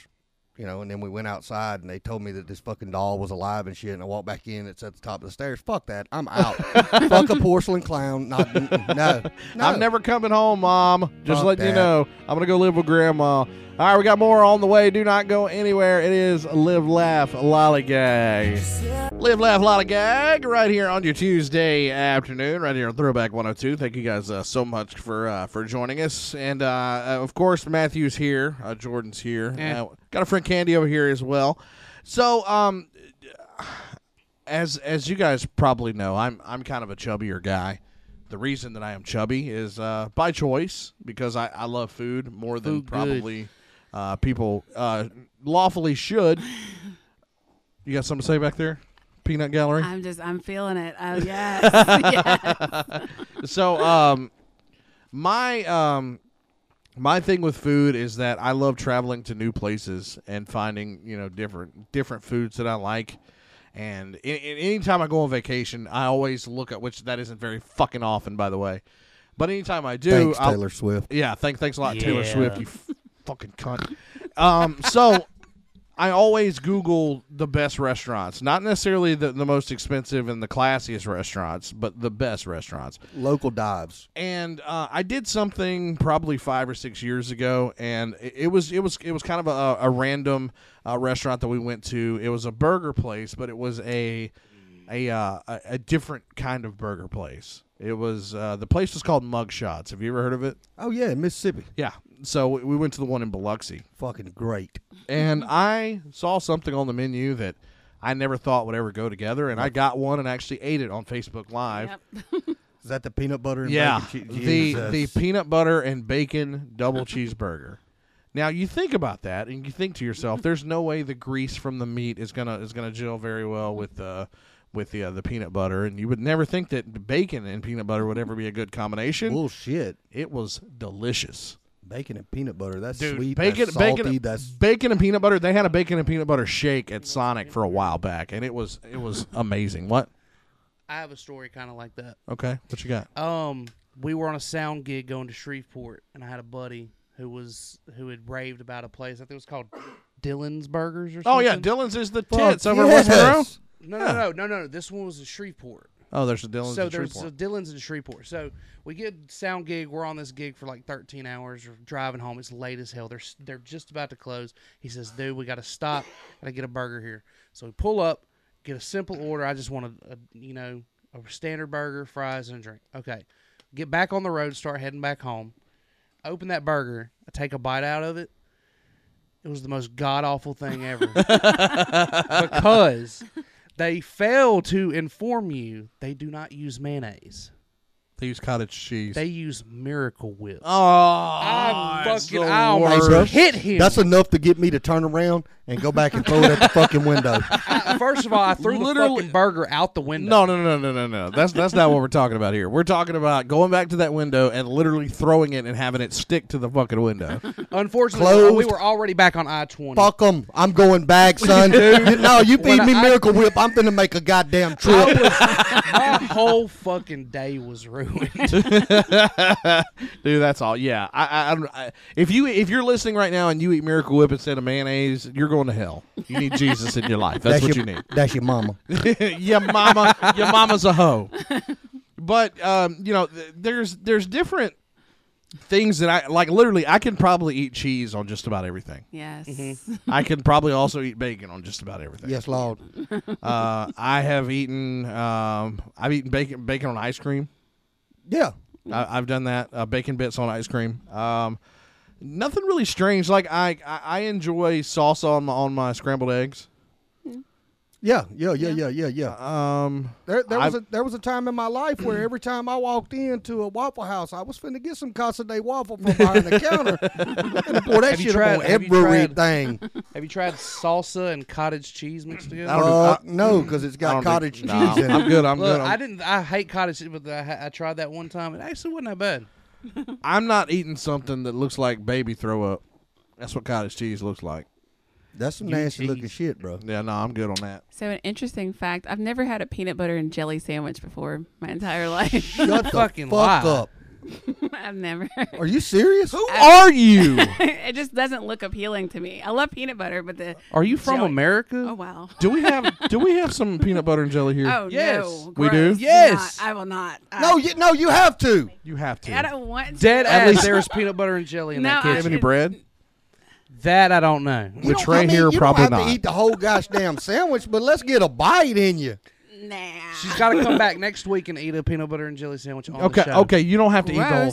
Speaker 3: you know, and then we went outside and they told me that this fucking doll was alive and shit. And I walked back in, it's at the top of the stairs. Fuck that. I'm out. Fuck a porcelain clown. Not, n- n- no. no.
Speaker 2: I'm never coming home, Mom. Just
Speaker 3: Fuck
Speaker 2: letting you
Speaker 3: that.
Speaker 2: know. I'm going to go live with Grandma. All right, we got more on the way. Do not go anywhere. It is Live, Laugh, Lollygag. Live, Laugh, Lollygag right here on your Tuesday afternoon, right here on Throwback 102. Thank you guys uh, so much for uh, for joining us. And, uh, uh, of course, Matthew's here. Uh, Jordan's here.
Speaker 4: Yeah.
Speaker 2: Uh, got a friend Candy over here as well. So, um, as as you guys probably know, I'm I'm kind of a chubbier guy. The reason that I am chubby is uh, by choice because I, I love food more than
Speaker 4: Food good.
Speaker 2: probably uh, people uh, lawfully should. You got something to say back there, Peanut Gallery?
Speaker 5: I'm just, I'm feeling it. Oh, yes. yes.
Speaker 2: so um my um my thing with food is that I love traveling to new places and finding you know different different foods that I like. And in, in, anytime I go on vacation, I always look at which that isn't very fucking often, by the way. But anytime I do,
Speaker 3: Thanks,
Speaker 2: I'll-
Speaker 3: Taylor Swift.
Speaker 2: yeah, thanks, thanks a lot, Taylor
Speaker 4: Yeah.
Speaker 2: Swift. You f- fucking cunt. Um, so I always Google the best restaurants, not necessarily the, the most expensive and the classiest restaurants, but the best restaurants
Speaker 3: Local dives.
Speaker 2: and uh, I did something probably five or six years ago, and it, it was it was it was kind of a, a random uh, restaurant that we went to. It was a burger place, but it was a a uh, a, a different kind of burger place. It was uh, the place was called Mugshots. Have you ever heard of it?
Speaker 3: Oh, yeah, in Mississippi.
Speaker 2: Yeah. So we we went to the one in Biloxi,
Speaker 3: Fucking great.
Speaker 2: and I saw something on the menu that I never thought would ever go together, and I got one and actually ate it on Facebook Live.
Speaker 5: Yep.
Speaker 3: Is that the peanut butter and
Speaker 2: Yeah,
Speaker 3: bacon che-
Speaker 2: the
Speaker 3: Jesus.
Speaker 2: the peanut butter and bacon double cheeseburger. Now you think about that, and you think to yourself, "There's no way the grease from the meat is gonna is gonna gel very well with the with the uh, the peanut butter." And you would never think that bacon and peanut butter would ever be a good combination.
Speaker 3: bullshit.
Speaker 2: It was delicious,
Speaker 3: Bacon and peanut butter. That's
Speaker 2: dude.
Speaker 3: sweet.
Speaker 2: bacon,
Speaker 3: that's salty.
Speaker 2: bacon,
Speaker 3: that's
Speaker 2: bacon and peanut butter. They had a bacon and peanut butter shake at Sonic for a while back, and it was it was amazing. What?
Speaker 4: I have a story kind of like that.
Speaker 2: Okay, what you got?
Speaker 4: Um, we were on a sound gig going to Shreveport, and I had a buddy who was who had raved about a place. I think it was called Dylan's Burgers or something.
Speaker 2: Oh yeah, Dylan's is the
Speaker 3: Fuck
Speaker 2: tits over West Monroe.
Speaker 3: yes.
Speaker 4: No, no, no, no, no. This one was in Shreveport.
Speaker 2: Oh, there's a Dylan's.
Speaker 4: so
Speaker 2: in
Speaker 4: there's
Speaker 2: Shreveport.
Speaker 4: a Dylan's in Shreveport. So we get sound gig. We're on this gig for like 13 hours. We're driving home. It's late as hell. They're s- they're just about to close. He says, "Dude, we got to stop. Got to get a burger here." So we pull up, get a simple order. I just want a, a you know a standard burger, fries, and a drink. Okay, get back on the road. Start heading back home. Open that burger. I take a bite out of it. It was the most god awful thing ever because they fail to inform you they do not use mayonnaise.
Speaker 2: They use cottage cheese.
Speaker 4: They use Miracle Whip.
Speaker 2: oh,
Speaker 4: I
Speaker 2: it's
Speaker 4: fucking
Speaker 2: the
Speaker 4: I
Speaker 3: Hey,
Speaker 4: almost
Speaker 3: bro,
Speaker 4: hit him.
Speaker 3: That's enough to get me to turn around and go back and throw it at the fucking window.
Speaker 4: I- first of all, I threw
Speaker 2: Literally-
Speaker 4: the fucking burger out the window.
Speaker 2: No, no, no, no, no, no. That's that's not what we're talking about here. We're talking about going back to that window and literally throwing it and having it stick to the fucking window.
Speaker 4: Unfortunately, we
Speaker 3: Closed.
Speaker 4: were already back on I twenty.
Speaker 3: Fuck them. I'm going back, son. You- no, you
Speaker 4: When
Speaker 3: feed me
Speaker 4: I-
Speaker 3: Miracle Whip. I'm finna make a goddamn
Speaker 4: I
Speaker 3: trip.
Speaker 4: was- my whole fucking day was ruined.
Speaker 2: Dude, that's all. Yeah, I, I, I, don't- I, if you if you're listening right now and you eat Miracle Whip instead of mayonnaise, you're going to hell. You need Jesus in your life. That's, what
Speaker 3: your,
Speaker 2: you need.
Speaker 3: That's your mama.
Speaker 2: your mama, your mama's a hoe. But um, you know, th- there's there's different things that I like. Literally, I can probably eat cheese on just about everything.
Speaker 5: Yes.
Speaker 4: Mm-hmm.
Speaker 2: I can probably also eat bacon on just about everything.
Speaker 3: Yes, Lord.
Speaker 2: Uh, I have eaten. Um, I've eaten bacon bacon on ice cream.
Speaker 3: Yeah.
Speaker 2: I, I've done that. Uh, bacon bits on ice cream. Um, nothing really strange. Like I, I, I enjoy salsa on my on my scrambled eggs.
Speaker 3: Yeah, yeah, yeah, yeah, yeah, yeah.
Speaker 2: Um,
Speaker 3: There, there was
Speaker 2: I-
Speaker 3: a there was a time in my life where every time I walked into a Waffle House, I was finna get some Casa de Waffle from behind the counter and pour that
Speaker 4: Have you
Speaker 3: shit
Speaker 4: tried-
Speaker 3: up on
Speaker 4: have you tried-
Speaker 3: everything.
Speaker 4: Have you tried salsa and cottage cheese mixed together?
Speaker 2: I don't do-
Speaker 3: Uh,
Speaker 2: I-
Speaker 3: no, because it's
Speaker 2: I
Speaker 3: got
Speaker 2: don't
Speaker 3: cottage
Speaker 2: do,
Speaker 3: cheese
Speaker 2: Nah,
Speaker 3: in
Speaker 2: I'm
Speaker 3: it.
Speaker 2: good. I'm
Speaker 4: Look,
Speaker 2: good.
Speaker 4: I
Speaker 2: I'm,
Speaker 4: didn't. I hate cottage cheese, but I, I tried that one time. It actually wasn't that bad.
Speaker 2: I'm not eating something that looks like baby throw up. That's what cottage cheese looks like.
Speaker 3: That's some
Speaker 4: You
Speaker 3: nasty looking
Speaker 4: cheese.
Speaker 3: shit, bro.
Speaker 2: Yeah, no, I'm good on that.
Speaker 5: So an interesting fact: I've never had a peanut butter and jelly sandwich before my entire life.
Speaker 3: Shut the
Speaker 4: Fucking
Speaker 3: fuck
Speaker 4: lie.
Speaker 3: up.
Speaker 5: I've never.
Speaker 3: Are you serious?
Speaker 2: Who are you?
Speaker 5: it just doesn't look appealing to me. I love peanut butter, but the
Speaker 4: Are you from
Speaker 5: Jelly.
Speaker 4: America?
Speaker 5: oh wow.
Speaker 2: do we have do we have some peanut butter and jelly here?
Speaker 5: Oh
Speaker 4: Yes.
Speaker 5: no,
Speaker 2: We do?
Speaker 5: gross.
Speaker 4: Yes.
Speaker 5: not. I will not. I-
Speaker 3: No, you, no, you have to.
Speaker 2: you have to.
Speaker 5: I don't want to.
Speaker 4: Dead
Speaker 2: At
Speaker 4: at
Speaker 2: least-
Speaker 4: least there's peanut butter and jelly in
Speaker 5: No,
Speaker 4: that
Speaker 5: I-
Speaker 2: have
Speaker 4: kitchen.
Speaker 2: any bread?
Speaker 4: That I don't know.
Speaker 3: You
Speaker 2: Which
Speaker 3: don't- I
Speaker 2: right
Speaker 3: mean,
Speaker 2: here
Speaker 3: you
Speaker 2: probably
Speaker 3: don't have
Speaker 2: not.
Speaker 3: to eat the whole gosh damn sandwich, but let's get a bite in you.
Speaker 5: Nah.
Speaker 4: She's got to come back next week and eat a peanut butter and jelly sandwich on
Speaker 2: Okay,
Speaker 4: the show.
Speaker 2: okay, you don't have to
Speaker 5: Gross.
Speaker 2: eat the whole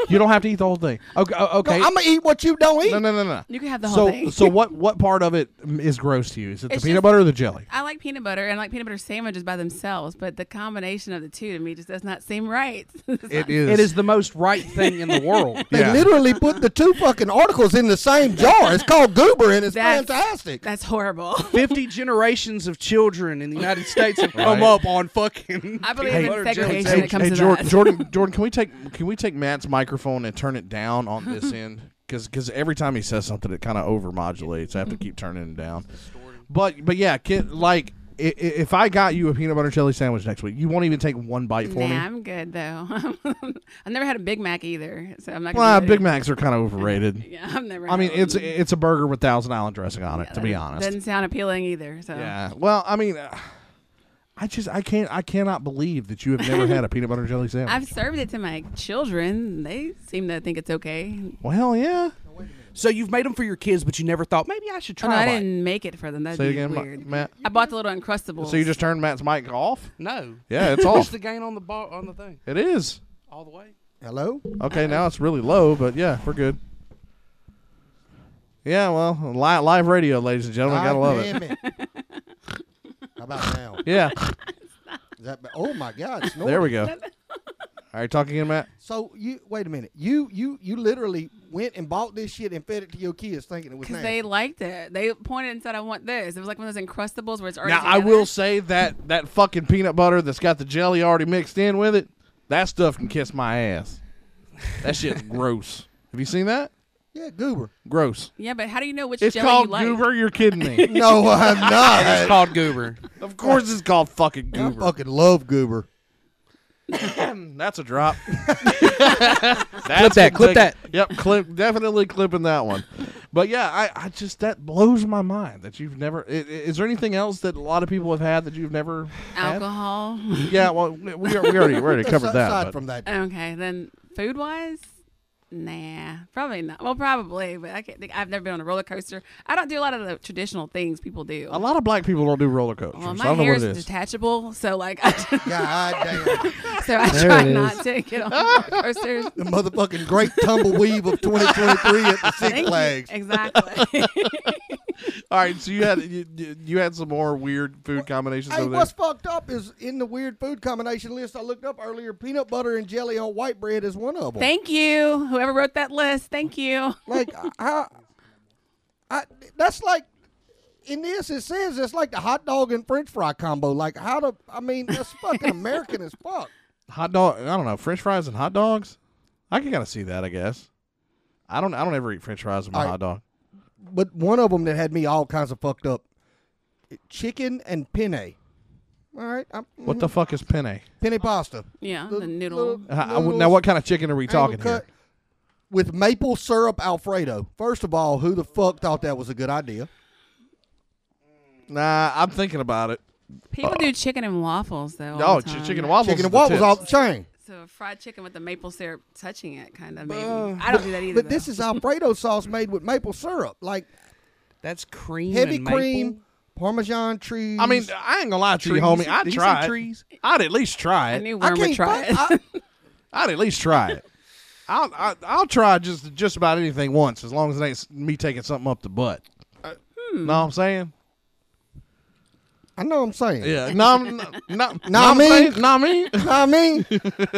Speaker 2: thing. You don't have to eat the whole thing. Okay, o-
Speaker 3: No,
Speaker 2: okay.
Speaker 3: I'm gonna eat what you don't eat.
Speaker 2: no, no, no, no.
Speaker 5: You can have the whole
Speaker 2: so,
Speaker 5: thing.
Speaker 2: so what? What part of it mm, is gross to you? Is it the
Speaker 5: It's
Speaker 2: peanut
Speaker 5: just-
Speaker 2: butter or the jelly?
Speaker 5: I like peanut butter and I like peanut butter sandwiches by themselves, but the combination of the two to me just does not seem right. It's not-
Speaker 2: is.
Speaker 4: It is the most right thing in the world.
Speaker 3: They
Speaker 2: Yeah.
Speaker 3: literally put the two fucking articles in the same jar. It's called Goober, and it's
Speaker 5: That's-
Speaker 3: fantastic.
Speaker 5: That's horrible.
Speaker 4: 50 generations of children in the United States have come
Speaker 2: Right.
Speaker 4: up on fucking.
Speaker 5: I believe
Speaker 4: peanut
Speaker 5: in
Speaker 4: butter and jelly
Speaker 5: segregation.
Speaker 2: Hey,
Speaker 5: when
Speaker 4: sandwich.
Speaker 5: it comes
Speaker 2: hey,
Speaker 5: to
Speaker 2: Jordan,
Speaker 5: that.
Speaker 2: Jordan, Jordan, can we take can we take Matt's microphone and turn it down on this end? Because every time he says something, it kind of overmodulates. I have to
Speaker 5: Mm-hmm.
Speaker 2: keep turning it down. But but yeah, kid, like i- i- if I got you a peanut butter and jelly sandwich next week, you won't even take one bite for
Speaker 5: Nah,
Speaker 2: me.
Speaker 5: I'm good though. I've never had a Big Mac either, so I'm not.
Speaker 2: Well,
Speaker 5: Gonna do it.
Speaker 2: Big Macs are kind of overrated.
Speaker 5: Yeah, I've never.
Speaker 2: I mean,
Speaker 5: had one.
Speaker 2: it's it's a burger with Thousand Island dressing on it. to be honest,
Speaker 5: doesn't sound appealing either. So
Speaker 2: Yeah. Well, I mean, uh, I just I can't I cannot believe that you have never had a peanut butter and jelly sandwich.
Speaker 5: I've served it to my children. They seem to think it's okay.
Speaker 2: well, hell yeah.
Speaker 4: So you've made them for your kids, but you never thought maybe I should
Speaker 5: Oh,
Speaker 4: try
Speaker 5: no, I
Speaker 4: one.
Speaker 5: didn't make it for them. That'd
Speaker 2: Say it
Speaker 5: be
Speaker 2: again, Ma-
Speaker 5: weird.
Speaker 2: Matt.
Speaker 5: I bought the little Uncrustables.
Speaker 2: So you just turned Matt's mic off?
Speaker 4: No.
Speaker 2: Yeah, it's
Speaker 4: What's
Speaker 2: off.
Speaker 4: the gain on the bar on the thing?
Speaker 2: it is.
Speaker 4: All the way.
Speaker 3: Hello.
Speaker 2: Okay, now it's really low, but yeah, we're good. Yeah, well, li- live radio, ladies and gentlemen, gotta love it.
Speaker 3: damn it. How about now?
Speaker 2: Yeah,
Speaker 3: Is that, oh my God! It's
Speaker 2: there we go. All right, talk again, Matt.
Speaker 3: So you wait a minute. You you you literally went and bought this shit and fed it to your kids, thinking it was
Speaker 5: because
Speaker 3: nasty.
Speaker 5: they liked it. They pointed and said, "I want this." It was like one of those Encrustables where it's already.
Speaker 2: Now I
Speaker 5: together.
Speaker 2: will say that that fucking peanut butter that's got the jelly already mixed in with it, that stuff can kiss my ass. That shit's gross. Have you seen that?
Speaker 3: yeah, Goober.
Speaker 2: Gross.
Speaker 5: Yeah, but how do you know which
Speaker 2: It's
Speaker 5: jelly
Speaker 2: called
Speaker 5: you like?
Speaker 2: goober. You're kidding me.
Speaker 3: No, I'm
Speaker 4: It's
Speaker 3: not.
Speaker 4: called Goober.
Speaker 2: of course, it's called fucking
Speaker 3: I
Speaker 2: goober.
Speaker 3: fucking love Goober.
Speaker 2: That's a drop.
Speaker 4: Clip that, clip that.
Speaker 2: Yep, clip. Definitely clipping that one. But yeah, I, I just that blows my mind that you've never. i- i- Is there anything else that a lot of people have had that you've never? had?
Speaker 5: Alcohol.
Speaker 2: Yeah. Well, we, we already we already covered that.
Speaker 3: Aside
Speaker 2: but-
Speaker 3: from that,
Speaker 5: okay, then food wise, nah, probably not. Well, probably, but I can't think. I've never been on a roller coaster. I don't do a lot of the traditional things people do.
Speaker 2: A lot of black people don't do roller coasters.
Speaker 5: Well,
Speaker 2: I
Speaker 5: my
Speaker 2: don't know
Speaker 5: hair
Speaker 2: what
Speaker 5: is
Speaker 2: it is.
Speaker 5: detachable, so like, I just,
Speaker 3: God damn,
Speaker 5: so I try not to get on roller coasters.
Speaker 3: the motherfucking great tumbleweave of 2023 at the Six
Speaker 5: Thank you.
Speaker 3: Flags.
Speaker 5: Exactly.
Speaker 2: All right, so you had you, you you had some more weird food combinations
Speaker 3: Hey,
Speaker 2: over there.
Speaker 3: what's fucked up is in the weird food combination list I looked up earlier. Peanut butter and jelly on white bread is one of them.
Speaker 5: thank you, whoever wrote that list. Thank you.
Speaker 3: like I, I, that's like in this it says it's like the hot dog and French fry combo. Like how to? I mean, that's fucking American as fuck.
Speaker 2: hot dog. I don't know. French fries and hot dogs. I can kind of see that. I guess. I don't. I don't ever eat French fries with my
Speaker 3: All right.
Speaker 2: hot dog.
Speaker 3: But one of them that had me all kinds of fucked up: chicken and penne. All right, I'm,
Speaker 2: What the fuck is penne?
Speaker 3: penne pasta?
Speaker 5: Yeah,
Speaker 3: Little-
Speaker 5: the noodle.
Speaker 3: little
Speaker 2: Uh, I would-
Speaker 3: noodles,
Speaker 2: now, what kind of chicken are we
Speaker 3: angle
Speaker 2: talking here?
Speaker 3: cut With maple syrup Alfredo. First of all, who the fuck thought that was a good idea?
Speaker 2: Nah, I'm thinking about it.
Speaker 5: People do chicken and waffles though. all
Speaker 2: Oh,
Speaker 5: the
Speaker 2: ch-
Speaker 5: time.
Speaker 2: chicken and waffles.
Speaker 3: Chicken
Speaker 2: is
Speaker 3: and
Speaker 2: the
Speaker 3: waffles
Speaker 2: tits.
Speaker 3: off the chain.
Speaker 5: So fried chicken with the maple syrup touching it, kind of maybe. I don't do that either.
Speaker 3: But this is Alfredo sauce made with maple syrup. Like,
Speaker 4: That's cream.
Speaker 3: heavy
Speaker 4: and maple.
Speaker 3: cream, Parmesan cheese.
Speaker 2: I mean, I ain't gonna lie to you,
Speaker 4: Trees.
Speaker 2: homie.
Speaker 4: Did
Speaker 2: I'd
Speaker 4: he say
Speaker 2: try it.
Speaker 4: trees?
Speaker 2: I'd at least try
Speaker 5: I
Speaker 2: it.
Speaker 5: knew
Speaker 3: I
Speaker 5: Worm would
Speaker 3: can't
Speaker 5: try it.
Speaker 3: fuck- I-
Speaker 2: I'd at least try it. I'll, I, I'll try just just about anything once, as long as it
Speaker 5: Uh, hmm.
Speaker 2: ain't s- me taking something up the butt. Know what I'm saying?
Speaker 3: I know I'm saying.
Speaker 2: Yeah, nah, I'm- nah, nah,
Speaker 3: Nah,
Speaker 2: nah,
Speaker 3: me.
Speaker 2: me, nah, me.
Speaker 3: Know what I mean,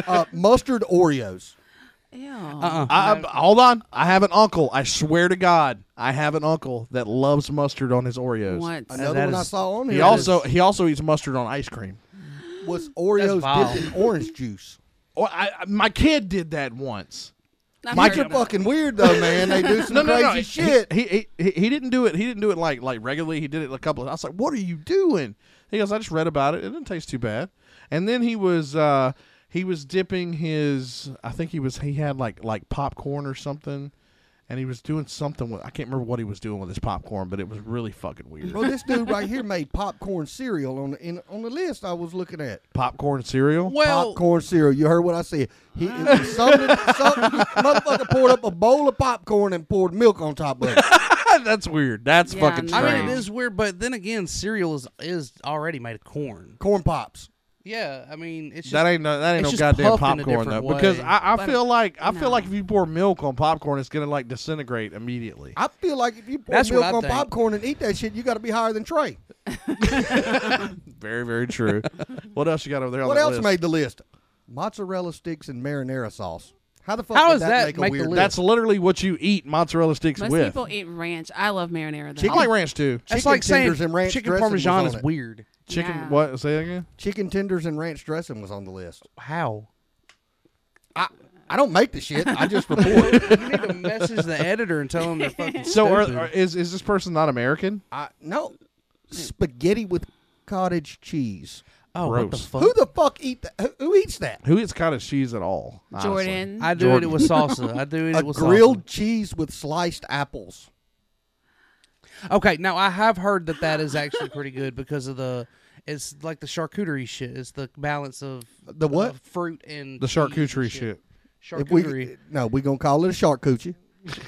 Speaker 3: uh, mustard Oreos.
Speaker 5: Ew.
Speaker 4: Uh-uh.
Speaker 2: I, I- hold on, I have an uncle. I swear to God, I have an uncle that loves mustard on his Oreos.
Speaker 5: What?
Speaker 3: Another
Speaker 4: that
Speaker 3: one I
Speaker 4: is-
Speaker 3: saw on
Speaker 2: He
Speaker 3: here
Speaker 2: also he also eats mustard on ice cream.
Speaker 3: was
Speaker 4: vile.
Speaker 3: Oreos dipped in orange juice.
Speaker 2: Oh, I, I- my kid did that once.
Speaker 5: I've
Speaker 3: Mike,
Speaker 5: heard
Speaker 3: you're
Speaker 5: of-
Speaker 3: fucking weird though, man. They do some crazy
Speaker 2: he-
Speaker 3: shit.
Speaker 2: He, he he he didn't do it. He didn't do it like like regularly. He did it a couple. of I was like, "What are you doing?" He goes, "I just read about it. It didn't taste too bad." And then he was uh he was dipping his. I think he was he had like like popcorn or something, and he was doing something with. I can't remember what he was doing with his popcorn, but it was really fucking weird.
Speaker 3: well, this dude right here made popcorn cereal on the, in, on the list I was looking at.
Speaker 2: popcorn cereal.
Speaker 4: Well,
Speaker 3: popcorn cereal. You heard what I said. He, it was something, something, motherfucker poured up a bowl of popcorn and poured milk on top of it.
Speaker 2: That's weird. That's
Speaker 5: Yeah,
Speaker 2: fucking
Speaker 5: no.
Speaker 4: I
Speaker 2: strange.
Speaker 4: mean, it is weird, but then again, cereal is is already made of corn.
Speaker 3: Corn pops.
Speaker 4: Yeah, I mean, it's just,
Speaker 2: That ain't no, that ain't no
Speaker 4: it's just
Speaker 2: goddamn
Speaker 4: puffed in a
Speaker 2: popcorn though,
Speaker 4: different
Speaker 2: because
Speaker 4: way.
Speaker 2: I, I
Speaker 5: But-
Speaker 2: feel like I
Speaker 5: no.
Speaker 2: feel like if you pour milk on popcorn, it's gonna like disintegrate immediately.
Speaker 3: I feel like if you pour
Speaker 4: That's what
Speaker 3: milk
Speaker 4: I
Speaker 3: on
Speaker 4: think.
Speaker 3: popcorn and eat that shit, you got to be higher than Trey.
Speaker 2: Very very true. what else you got over there? On
Speaker 3: What
Speaker 2: that
Speaker 3: else
Speaker 2: list?
Speaker 3: made the list? Mozzarella sticks and marinara sauce. How the fuck
Speaker 4: How
Speaker 3: did
Speaker 4: does
Speaker 3: that,
Speaker 4: that
Speaker 3: make,
Speaker 4: make
Speaker 3: a
Speaker 4: the
Speaker 3: weird
Speaker 4: list?
Speaker 2: That's literally what you eat mozzarella sticks
Speaker 5: Most
Speaker 2: with.
Speaker 5: people eat ranch. I love marinara though.
Speaker 2: I like ranch too.
Speaker 4: that's
Speaker 3: chicken
Speaker 4: like saying
Speaker 3: tenders and ranch
Speaker 4: chicken
Speaker 3: dressing was
Speaker 4: parmesan
Speaker 3: on
Speaker 4: is
Speaker 3: it.
Speaker 4: weird.
Speaker 2: Chicken.
Speaker 5: Yeah.
Speaker 2: What? Say that again.
Speaker 3: Chicken tenders and ranch dressing was on the list.
Speaker 4: How?
Speaker 3: I I don't make the shit. I just report.
Speaker 4: you need to message the editor and tell him they're fucking.
Speaker 2: So are,
Speaker 4: stupid.
Speaker 2: are- is is this person not American?
Speaker 3: I no spaghetti with cottage cheese.
Speaker 4: oh, what the
Speaker 2: gross.
Speaker 4: fuck?
Speaker 3: Who the fuck eat that? Who, who eats that?
Speaker 2: Who eats cottage cheese at all? honestly?
Speaker 5: Jordan.
Speaker 4: I do it
Speaker 2: Jordan.
Speaker 4: with salsa. I do it
Speaker 3: A
Speaker 4: with
Speaker 3: grilled cheese with sliced apples.
Speaker 4: salsa. Okay, now I have heard that that is actually pretty good because of the. It's like the charcuterie shit. It's the balance of
Speaker 3: The what?
Speaker 4: of fruit and
Speaker 2: The
Speaker 4: cheese and
Speaker 2: charcuterie shit.
Speaker 3: If we-
Speaker 4: Charcuterie.
Speaker 3: no, we're gonna call it a shark coochie,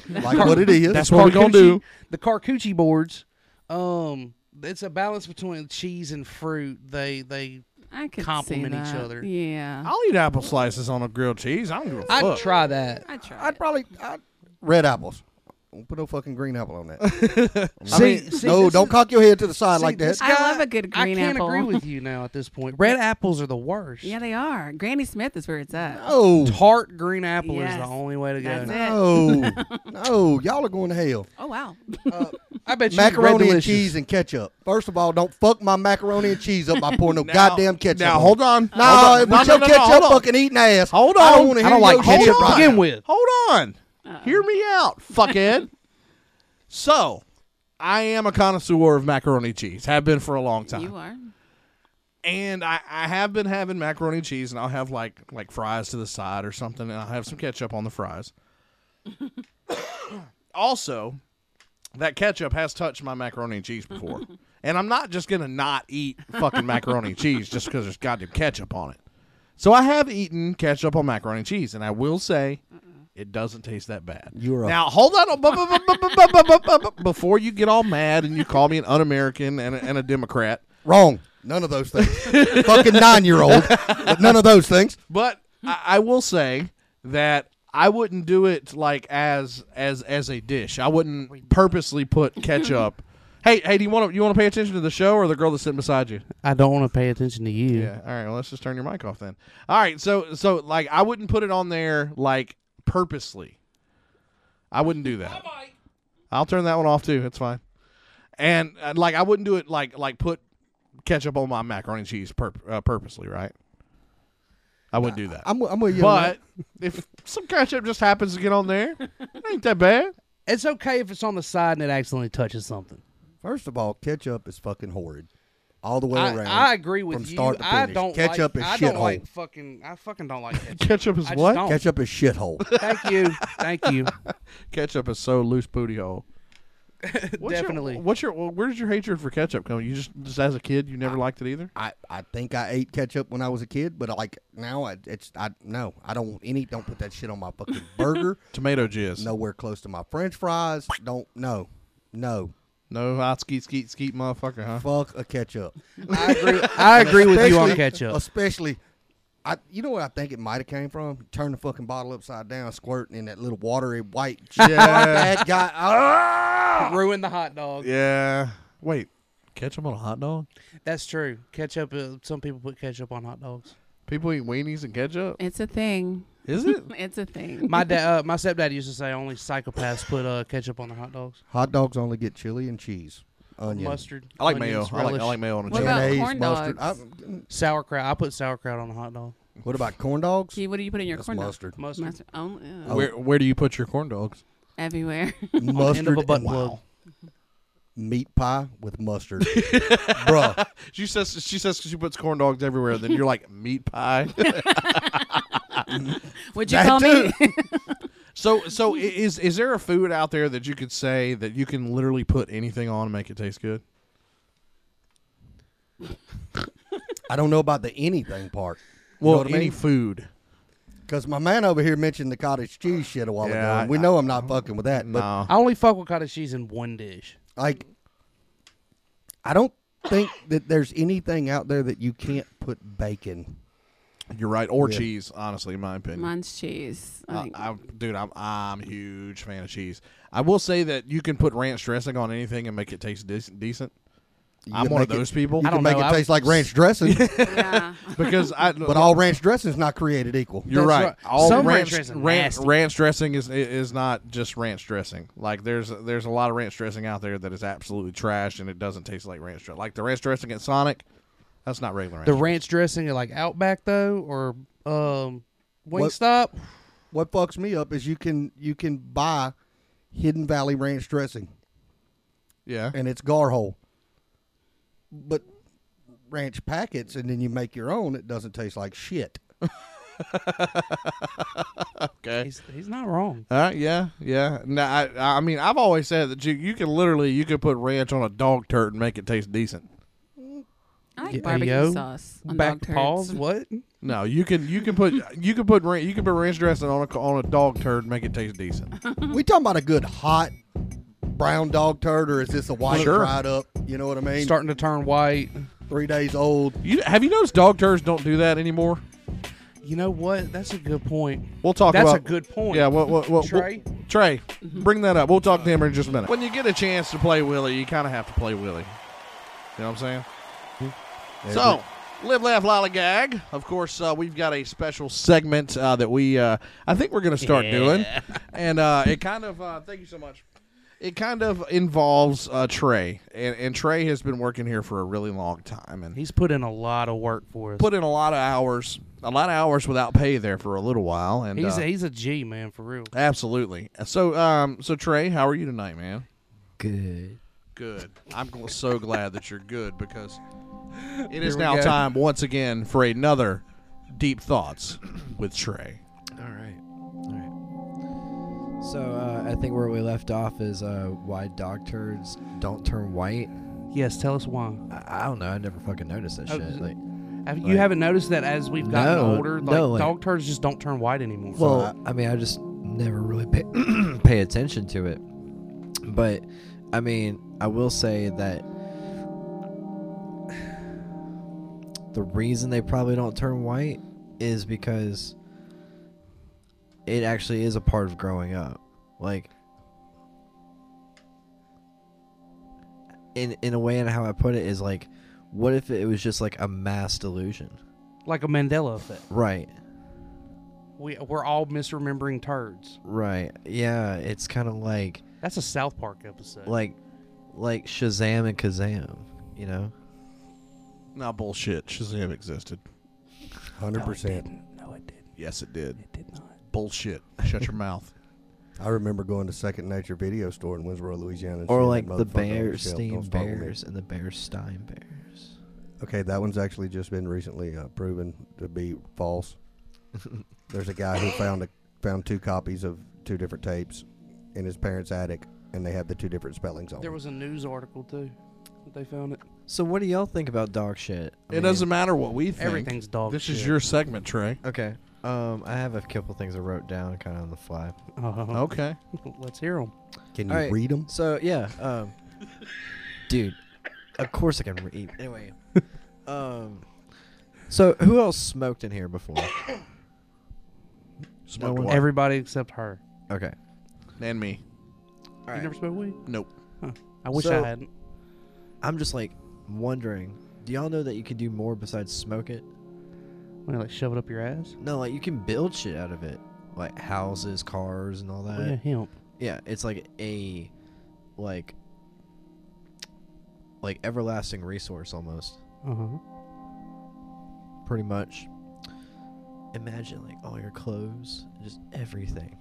Speaker 3: like what it is.
Speaker 2: That's what we gonna
Speaker 4: Carcucci-
Speaker 2: do.
Speaker 4: The carcucci boards. Um, it's a balance between cheese and fruit. They they.
Speaker 5: I could see
Speaker 4: compliment each
Speaker 5: that.
Speaker 4: other.
Speaker 5: Yeah.
Speaker 2: I'll eat apple slices on a grilled cheese. I don't give a
Speaker 4: I'd
Speaker 2: fuck.
Speaker 4: try that.
Speaker 5: I try.
Speaker 3: I'd probably I'd, red apples. Don't put no fucking green apple on that.
Speaker 4: See, see,
Speaker 3: no,
Speaker 4: this
Speaker 3: don't
Speaker 4: is-
Speaker 3: cock your head to the side
Speaker 4: see,
Speaker 3: like
Speaker 4: this
Speaker 3: that.
Speaker 5: I love a good green
Speaker 4: I can't
Speaker 5: apple.
Speaker 4: agree with you now at this point. Red apples are the worst.
Speaker 5: Yeah, they are. Granny Smith is where it's at.
Speaker 3: No,
Speaker 4: Tart green apple is
Speaker 5: Yes.
Speaker 4: the only way to go.
Speaker 5: That's it.
Speaker 3: no, no. Y'all are going to hell.
Speaker 5: Oh wow.
Speaker 4: I bet you Red
Speaker 3: Macaroni and
Speaker 4: Delicious-
Speaker 3: cheese and ketchup. First of all, don't fuck my macaroni and cheese up by pouring no
Speaker 2: Now-
Speaker 3: goddamn ketchup.
Speaker 2: Now
Speaker 3: on
Speaker 2: hold
Speaker 3: it.
Speaker 2: on.
Speaker 3: No,
Speaker 2: Hold on.
Speaker 3: if it's your
Speaker 2: no, no,
Speaker 3: ketchup
Speaker 2: hold on.
Speaker 3: fucking eating ass.
Speaker 2: Hold on.
Speaker 3: I don't want to hear
Speaker 4: don't
Speaker 3: your
Speaker 4: like
Speaker 3: shit
Speaker 2: Hold
Speaker 4: ketchup to
Speaker 2: on.
Speaker 3: right
Speaker 4: begin
Speaker 3: now.
Speaker 4: with.
Speaker 2: Hold on. Hear me out, fuckhead. so, I am a connoisseur of macaroni cheese. Have been for a long time.
Speaker 5: You are.
Speaker 2: And I, I have been having macaroni and cheese, and I'll have like like fries to the side or something, and I'll have some ketchup on the fries. also, that ketchup has touched my macaroni and cheese before, and I'm not just gonna not eat fucking macaroni and cheese just because there's goddamn ketchup on it. So I have eaten ketchup on macaroni and cheese, and I will say. It doesn't taste that bad.
Speaker 3: You're a-
Speaker 2: now hold on oh, bu- bu- bu- bu- bu- bu- bu- bu- bu- before you get all mad and you call me an un-American and a, and a Democrat.
Speaker 3: Wrong. None of those things. fucking nine year old. But none of those things.
Speaker 2: But I, I will say that I wouldn't do it like as as as a dish. I wouldn't purposely put ketchup. hey, hey, do you want to you want to pay attention to the show or the girl that's sitting beside you?
Speaker 4: I don't want to pay attention to you.
Speaker 2: Yeah. All right. Well, let's just turn your mic off then. All right. So so like I wouldn't put it on there like purposely. I wouldn't do that. I'll turn that one off too. It's fine. And uh, like I wouldn't do it like like put ketchup on my macaroni and cheese pur- uh, purposely, right? I wouldn't do that.
Speaker 3: I'm, I'm with you. on that.
Speaker 2: But if some ketchup just happens to get on there, it ain't that bad.
Speaker 4: It's okay if it's on the side and it accidentally touches something.
Speaker 3: First of all, ketchup is fucking horrid. All the way
Speaker 4: I,
Speaker 3: around.
Speaker 4: I agree with
Speaker 3: from
Speaker 4: you.
Speaker 3: Start to
Speaker 4: I
Speaker 3: finish.
Speaker 4: don't
Speaker 3: ketchup
Speaker 4: like,
Speaker 3: is
Speaker 4: I
Speaker 3: shithole.
Speaker 4: don't like fucking I fucking don't like ketchup.
Speaker 2: Ketchup is
Speaker 4: I just
Speaker 2: what?
Speaker 4: don't.
Speaker 3: Ketchup is shithole.
Speaker 4: Thank you. Thank you.
Speaker 2: Ketchup is so loose booty hole. What's your-
Speaker 4: Definitely.
Speaker 2: what's your well, where's your hatred for ketchup coming? You just just as a kid you never liked it either.
Speaker 3: I, I think I ate ketchup when I was a kid, but like now I it's I no I don't want any. Don't put that shit on my fucking burger.
Speaker 2: Tomato jizz.
Speaker 3: Nowhere close to my French fries. Don't no no
Speaker 2: no, hot skeet skeet skeet motherfucker, huh?
Speaker 3: fuck a ketchup.
Speaker 4: I agree I agree with you on ketchup.
Speaker 3: Especially, I you know what I think it might have came from? Turn the fucking bottle upside down, squirting in that little watery white. shit.
Speaker 2: Yeah.
Speaker 3: that guy. ah!
Speaker 4: Ruin the hot dog.
Speaker 2: Yeah. Wait. Ketchup on a hot dog?
Speaker 4: That's true. Ketchup. Uh, some people put ketchup on hot dogs.
Speaker 2: People eat weenies and ketchup?
Speaker 5: It's a thing.
Speaker 2: Is it?
Speaker 5: It's a thing.
Speaker 4: My dad, uh, my stepdad used to say only psychopaths put uh, ketchup on their hot dogs.
Speaker 3: Hot dogs only get chili and cheese, onion,
Speaker 4: Mustard.
Speaker 2: I like
Speaker 4: onions,
Speaker 2: mayo. I like, I
Speaker 4: relish,
Speaker 2: like mayo on a
Speaker 5: What
Speaker 2: chip.
Speaker 5: about
Speaker 3: mayonnaise,
Speaker 5: corn
Speaker 3: mustard.
Speaker 5: dogs?
Speaker 3: I-
Speaker 4: sauerkraut. I put sauerkraut on a hot dog.
Speaker 3: what about corn dogs?
Speaker 5: Gee, what do you put in your
Speaker 3: That's
Speaker 5: corn dog?
Speaker 3: mustard.
Speaker 4: Mustard.
Speaker 5: Mustard. Oh, ew.
Speaker 2: Where where do you put your corn dogs?
Speaker 5: Everywhere.
Speaker 3: mustard
Speaker 4: End of a butt
Speaker 3: and-
Speaker 4: plug.
Speaker 3: wow. meat pie with mustard, bruh.
Speaker 2: She says she says she puts corn dogs everywhere. Then you're like meat pie.
Speaker 5: Would you
Speaker 3: That
Speaker 5: call me?
Speaker 2: so so i- is is there a food out there that you could say that you can literally put anything on and make it taste good?
Speaker 3: I don't know about the anything part. You know
Speaker 2: Well,
Speaker 3: what I
Speaker 2: any
Speaker 3: mean?
Speaker 2: food.
Speaker 3: Because my man over here mentioned the cottage cheese shit a while
Speaker 2: Yeah,
Speaker 3: ago. and
Speaker 2: I-
Speaker 3: we know I, am not fucking with that. But
Speaker 2: No.
Speaker 4: I only fuck with cottage cheese in one dish.
Speaker 3: like, I don't think that there's anything out there that you can't put bacon.
Speaker 2: You're right. Or
Speaker 3: Yeah.
Speaker 2: cheese, honestly, in my opinion.
Speaker 5: Mine's cheese. I
Speaker 2: Uh,
Speaker 5: think.
Speaker 2: I, dude, I'm I'm a huge fan of cheese. I will say that you can put ranch dressing on anything and make it taste decent. decent.
Speaker 3: You
Speaker 2: I'm
Speaker 3: can
Speaker 2: one of
Speaker 3: make it-
Speaker 2: those people
Speaker 3: You
Speaker 4: I
Speaker 3: can
Speaker 4: don't
Speaker 3: make
Speaker 4: know,
Speaker 3: it
Speaker 4: I
Speaker 3: taste like ranch dressing,
Speaker 5: yeah.
Speaker 2: because I.
Speaker 3: but all ranch dressing is not created equal.
Speaker 2: you're right.
Speaker 4: That's right.
Speaker 2: All
Speaker 4: Some
Speaker 2: ranch
Speaker 4: ranch dressing
Speaker 2: ranch,
Speaker 4: nasty.
Speaker 2: ranch dressing is i- is not just ranch dressing. Like there's there's a lot of ranch dressing out there that is absolutely trash and it doesn't taste like ranch dressing. Like the ranch dressing at Sonic, that's not regular ranch.
Speaker 4: The ranch dressing at like Outback though, or um, Wingstop.
Speaker 3: What fucks me up is you can you can buy Hidden Valley ranch dressing
Speaker 2: yeah.
Speaker 3: and it's gar hole, but ranch packets and then you make your own. It doesn't taste like shit.
Speaker 2: Okay.
Speaker 4: He's, he's not wrong.
Speaker 2: Uh, yeah, yeah. No, I, I mean, I've always said that you, you can literally you could put ranch on a dog turd and make it taste decent.
Speaker 5: I like
Speaker 4: Yeah,
Speaker 5: barbecue
Speaker 4: yo.
Speaker 5: sauce on
Speaker 4: Back
Speaker 5: dog turds.
Speaker 4: paws. What?
Speaker 2: No, you can you can put you can put ran- you can put ranch dressing on a on a dog turd and make it taste decent.
Speaker 3: we talking about a good hot brown dog turd, or is this a white
Speaker 2: Sure.
Speaker 3: fried up? You know what I mean?
Speaker 4: Starting to turn white.
Speaker 3: three days old.
Speaker 2: You have you noticed dog turds don't do that anymore?
Speaker 4: You know what? That's a good point.
Speaker 2: We'll talk
Speaker 4: That's
Speaker 2: about
Speaker 4: a good point.
Speaker 2: Yeah, well, well, well,
Speaker 4: Trey?
Speaker 2: well- Trey, bring that up. We'll talk to him in just a minute. When you get a chance to play Willie, you kind of have to play Willie. You know what I'm saying? So, live, laugh, lollygag. Of course, uh, we've got a special segment uh, that we, uh, I think we're going to start doing, and uh, it kind of, uh, thank you so much. It kind of involves uh, Trey, and, and Trey has been working here for a really long time, and
Speaker 4: He's put in a lot of work for us.
Speaker 2: put in a lot of hours, a lot of hours without pay there for a little while, and
Speaker 4: he's
Speaker 2: uh,
Speaker 4: a, he's a G man for real.
Speaker 2: absolutely. So, um, so Trey, how are you tonight, man?
Speaker 6: Good.
Speaker 2: Good. I'm gl- so glad that you're good because it is
Speaker 4: we
Speaker 2: now
Speaker 4: go.
Speaker 2: time once again for another Deep Thoughts with Trey.
Speaker 6: All right. All right. So uh, I think where we left off is uh, why dog turds don't turn white.
Speaker 4: Yes, tell us why.
Speaker 6: I, I don't know. I never fucking noticed that
Speaker 4: Oh,
Speaker 6: shit.
Speaker 4: is it-
Speaker 6: Like,
Speaker 4: Have, you
Speaker 6: Like-
Speaker 4: haven't noticed that as we've gotten
Speaker 6: No,
Speaker 4: older, like,
Speaker 6: no, like-
Speaker 4: dog turds just don't turn white anymore.
Speaker 6: well, I, I mean, I just never really pay, pay attention to it. But I mean, I will say that the reason they probably don't turn white is because it actually is a part of growing up. Like in in a way and how I put it is like what if it was just like a mass delusion?
Speaker 4: like a Mandela effect.
Speaker 6: Right.
Speaker 4: We we're all misremembering turds.
Speaker 6: Right. Yeah, it's kind of like
Speaker 4: That's a South Park episode.
Speaker 6: like like Shazam and Kazam, you know?
Speaker 2: Now bullshit. Shazam existed.
Speaker 3: Hundred percent.
Speaker 4: no, it didn't.
Speaker 2: Yes, it did.
Speaker 4: It did not.
Speaker 2: Bullshit. Shut your mouth.
Speaker 3: I remember going to Second Nature Video Store in Winsboro, Louisiana, and
Speaker 6: Or
Speaker 3: seeing
Speaker 6: like
Speaker 3: that
Speaker 6: the
Speaker 3: motherfucker on shelf. Don't start
Speaker 6: Bearstein
Speaker 3: with me.
Speaker 6: Bears and the Bearstein Bears.
Speaker 3: Okay, that one's actually just been recently uh, proven to be false. There's a guy who found a, found two copies of two different tapes in his parents' attic, and they had the two different spellings on.
Speaker 4: There
Speaker 3: them.
Speaker 4: was a news article too. that They found it.
Speaker 6: So what do y'all think about dog shit? I
Speaker 2: It
Speaker 6: mean-
Speaker 2: doesn't matter what we think.
Speaker 4: Everything's dog.
Speaker 2: This is
Speaker 4: shit.
Speaker 2: your segment, Trey.
Speaker 6: Okay. Um I have a couple things I wrote down kind of on the fly.
Speaker 4: Uh,
Speaker 2: Okay.
Speaker 4: Let's hear them.
Speaker 3: Can you
Speaker 6: All right.
Speaker 3: read them?
Speaker 6: So yeah, um dude, of course I can read. Anyway. Um so who else smoked in here before?
Speaker 2: Smoked
Speaker 6: one-
Speaker 2: one.
Speaker 4: Everybody except her.
Speaker 6: Okay.
Speaker 2: and me.
Speaker 6: All
Speaker 4: You
Speaker 6: right.
Speaker 4: never smoked weed?
Speaker 2: Nope.
Speaker 4: I wish
Speaker 6: So-
Speaker 4: I hadn't.
Speaker 6: I'm just like, wondering, do y'all know that you can do more besides smoke it?
Speaker 4: When you like shove it up your ass?
Speaker 6: No, like you can build shit out of it, like houses, cars, and all that.
Speaker 4: Oh, yeah, hemp.
Speaker 6: Yeah, it's like a like like everlasting resource almost.
Speaker 4: Uh huh.
Speaker 6: Pretty much. Imagine like all your clothes, just everything.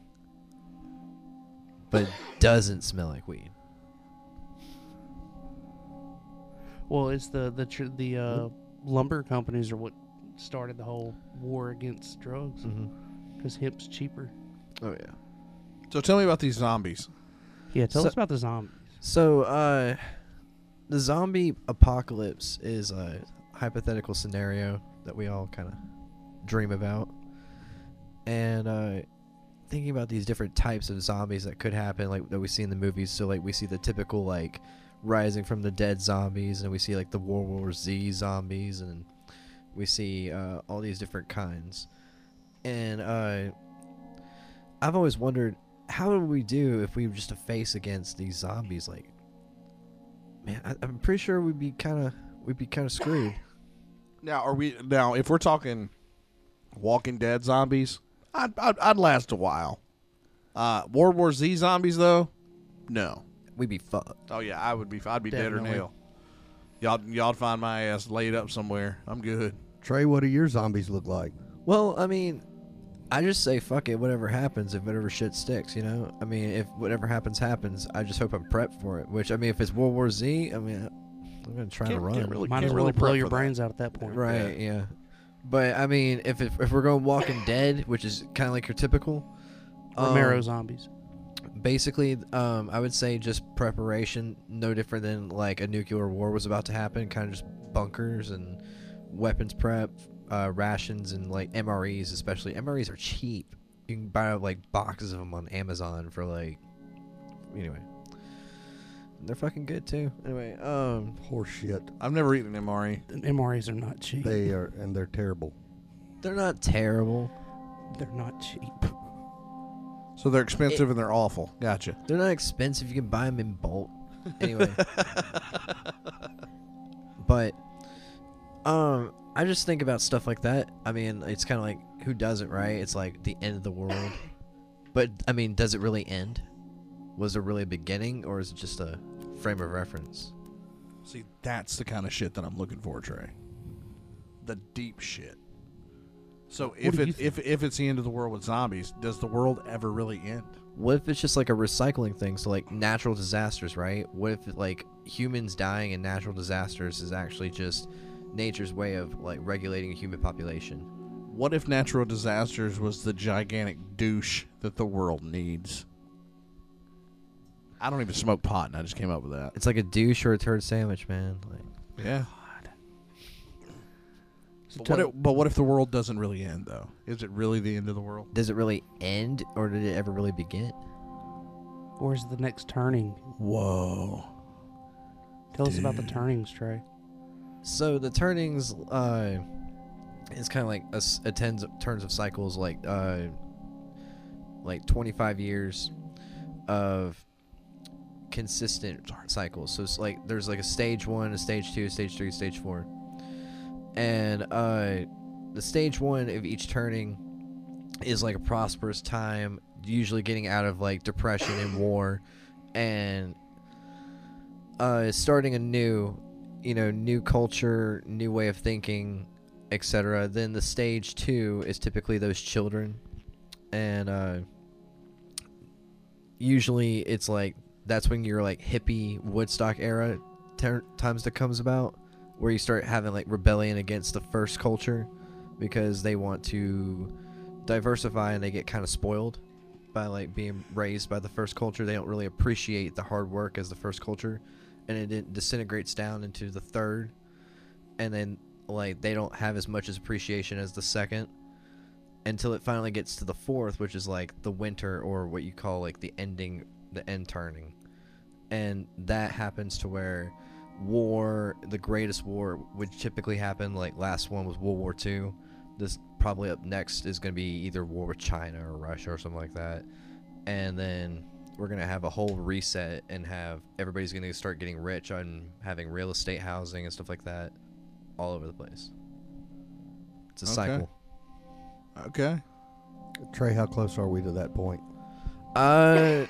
Speaker 6: But it doesn't smell like weed.
Speaker 4: Well, it's the the tr- the uh,
Speaker 6: Mm-hmm.
Speaker 4: lumber companies are what started the whole war against drugs
Speaker 6: Mm-hmm.
Speaker 4: because hemp's cheaper.
Speaker 6: Oh yeah.
Speaker 2: So tell me about these zombies.
Speaker 4: Yeah, tell
Speaker 6: So-
Speaker 4: us about the zombies.
Speaker 6: So, uh, the zombie apocalypse is a hypothetical scenario that we all kind of dream about. And, uh, thinking about these different types of zombies that could happen, like that we see in the movies. So, like, we see the typical, like, rising from the dead zombies, and we see, like, the World War Z zombies, and we see, uh, all these different kinds. And, uh, I've always wondered how would we do if we were just to face against these zombies? Like, man, I, I'm pretty sure we'd be kind of we'd be kind of screwed.
Speaker 2: Now, are we now if we're talking Walking Dead zombies? I'd I'd, I'd last a while. Uh, World War Z zombies though, no.
Speaker 6: We'd be fucked.
Speaker 2: Oh yeah, I would be. I'd be dead or
Speaker 4: Definitely.
Speaker 2: nail. Y'all y'all find my ass laid up somewhere. I'm good.
Speaker 3: Trey, what do your zombies look like?
Speaker 6: Well, I mean, I just say fuck it. Whatever happens, if whatever shit sticks, you know. I mean, if whatever happens happens, I just hope I'm prepped for it. Which I mean, if it's World War Z, I mean, I'm gonna try to
Speaker 2: Can't-
Speaker 6: run.
Speaker 2: can't really-
Speaker 4: Might
Speaker 2: can't
Speaker 4: as well
Speaker 2: really
Speaker 4: blow
Speaker 2: prep
Speaker 4: your
Speaker 2: for that.
Speaker 4: brains out at that point.
Speaker 6: Right. Yeah. But I mean, if it, if we're going Walking Dead, which is kind of like your typical um,
Speaker 4: Romero zombies.
Speaker 6: basically um, i would say just preparation no different than like a nuclear war was about to happen kind of just bunkers and weapons prep uh, rations and like mres especially mres are cheap you can buy like boxes of them on amazon for like anyway they're fucking good too anyway um
Speaker 3: Horse shit.
Speaker 2: I've never eaten an E, MRE.
Speaker 4: The MREs are not cheap. They,
Speaker 6: uh,
Speaker 3: They are, and they're terrible.
Speaker 6: they're not terrible
Speaker 4: are not cheap.
Speaker 2: So they're expensive and they're awful. Gotcha.
Speaker 6: they're not expensive you can buy them in bulk anyway but um i just think about stuff like that i mean it's kind of like who does it right it's like the end of the world but i mean does it really end was there really a beginning or is it just a frame of reference
Speaker 2: See, that's the kind of shit that I'm looking for, Trey. The deep shit. So if
Speaker 4: do you
Speaker 2: it if if it's the end of the world with zombies, does the world ever really end?
Speaker 6: what if it's just like a recycling thing so like natural disasters right what if like humans dying in natural disasters is actually just nature's way of like regulating a human population
Speaker 2: What if natural disasters was the gigantic douche that the world needs? I don't even smoke pot, and I just came up with that.
Speaker 6: it's like a douche or a turd sandwich man like
Speaker 2: Yeah.
Speaker 4: So
Speaker 2: But what,
Speaker 4: tell-
Speaker 2: if, but what if the world doesn't really end, though? Is it really the end of the world?
Speaker 6: does it really end or did it ever really begin
Speaker 4: Where's the next turning?
Speaker 2: Whoa.
Speaker 4: Tell us about the turnings, Trey.
Speaker 6: so the turnings uh it's kind of like a, s- a tens turns of cycles like uh like 25 years of consistent cycles so it's like there's like a stage one a stage two a stage three a stage four and uh the stage one of each turning is like a prosperous time usually getting out of like depression and war and uh starting a new you know, new culture, new way of thinking, etc. Then the stage two is typically those children, and uh, usually it's like that's when your like hippie Woodstock era ter- times that comes about, where you start having like rebellion against the first culture because they want to diversify and they get kind of spoiled by like being raised by the first culture. They don't really appreciate the hard work as the first culture and it, it disintegrates down into the third and then like they don't have as much as appreciation as the second until it finally gets to the fourth which is like the winter or what you call like the ending the end turning and that happens to where war the greatest war would typically happen like last one was world war ii this probably up next is going to be either war with china or russia or something like that and then we're gonna have a whole reset and have everybody's gonna start getting rich on having real estate, housing, and stuff like that, all over the place. It's a
Speaker 2: Okay.
Speaker 6: cycle.
Speaker 2: Okay.
Speaker 3: Trey, how close are we to that point?
Speaker 6: Uh,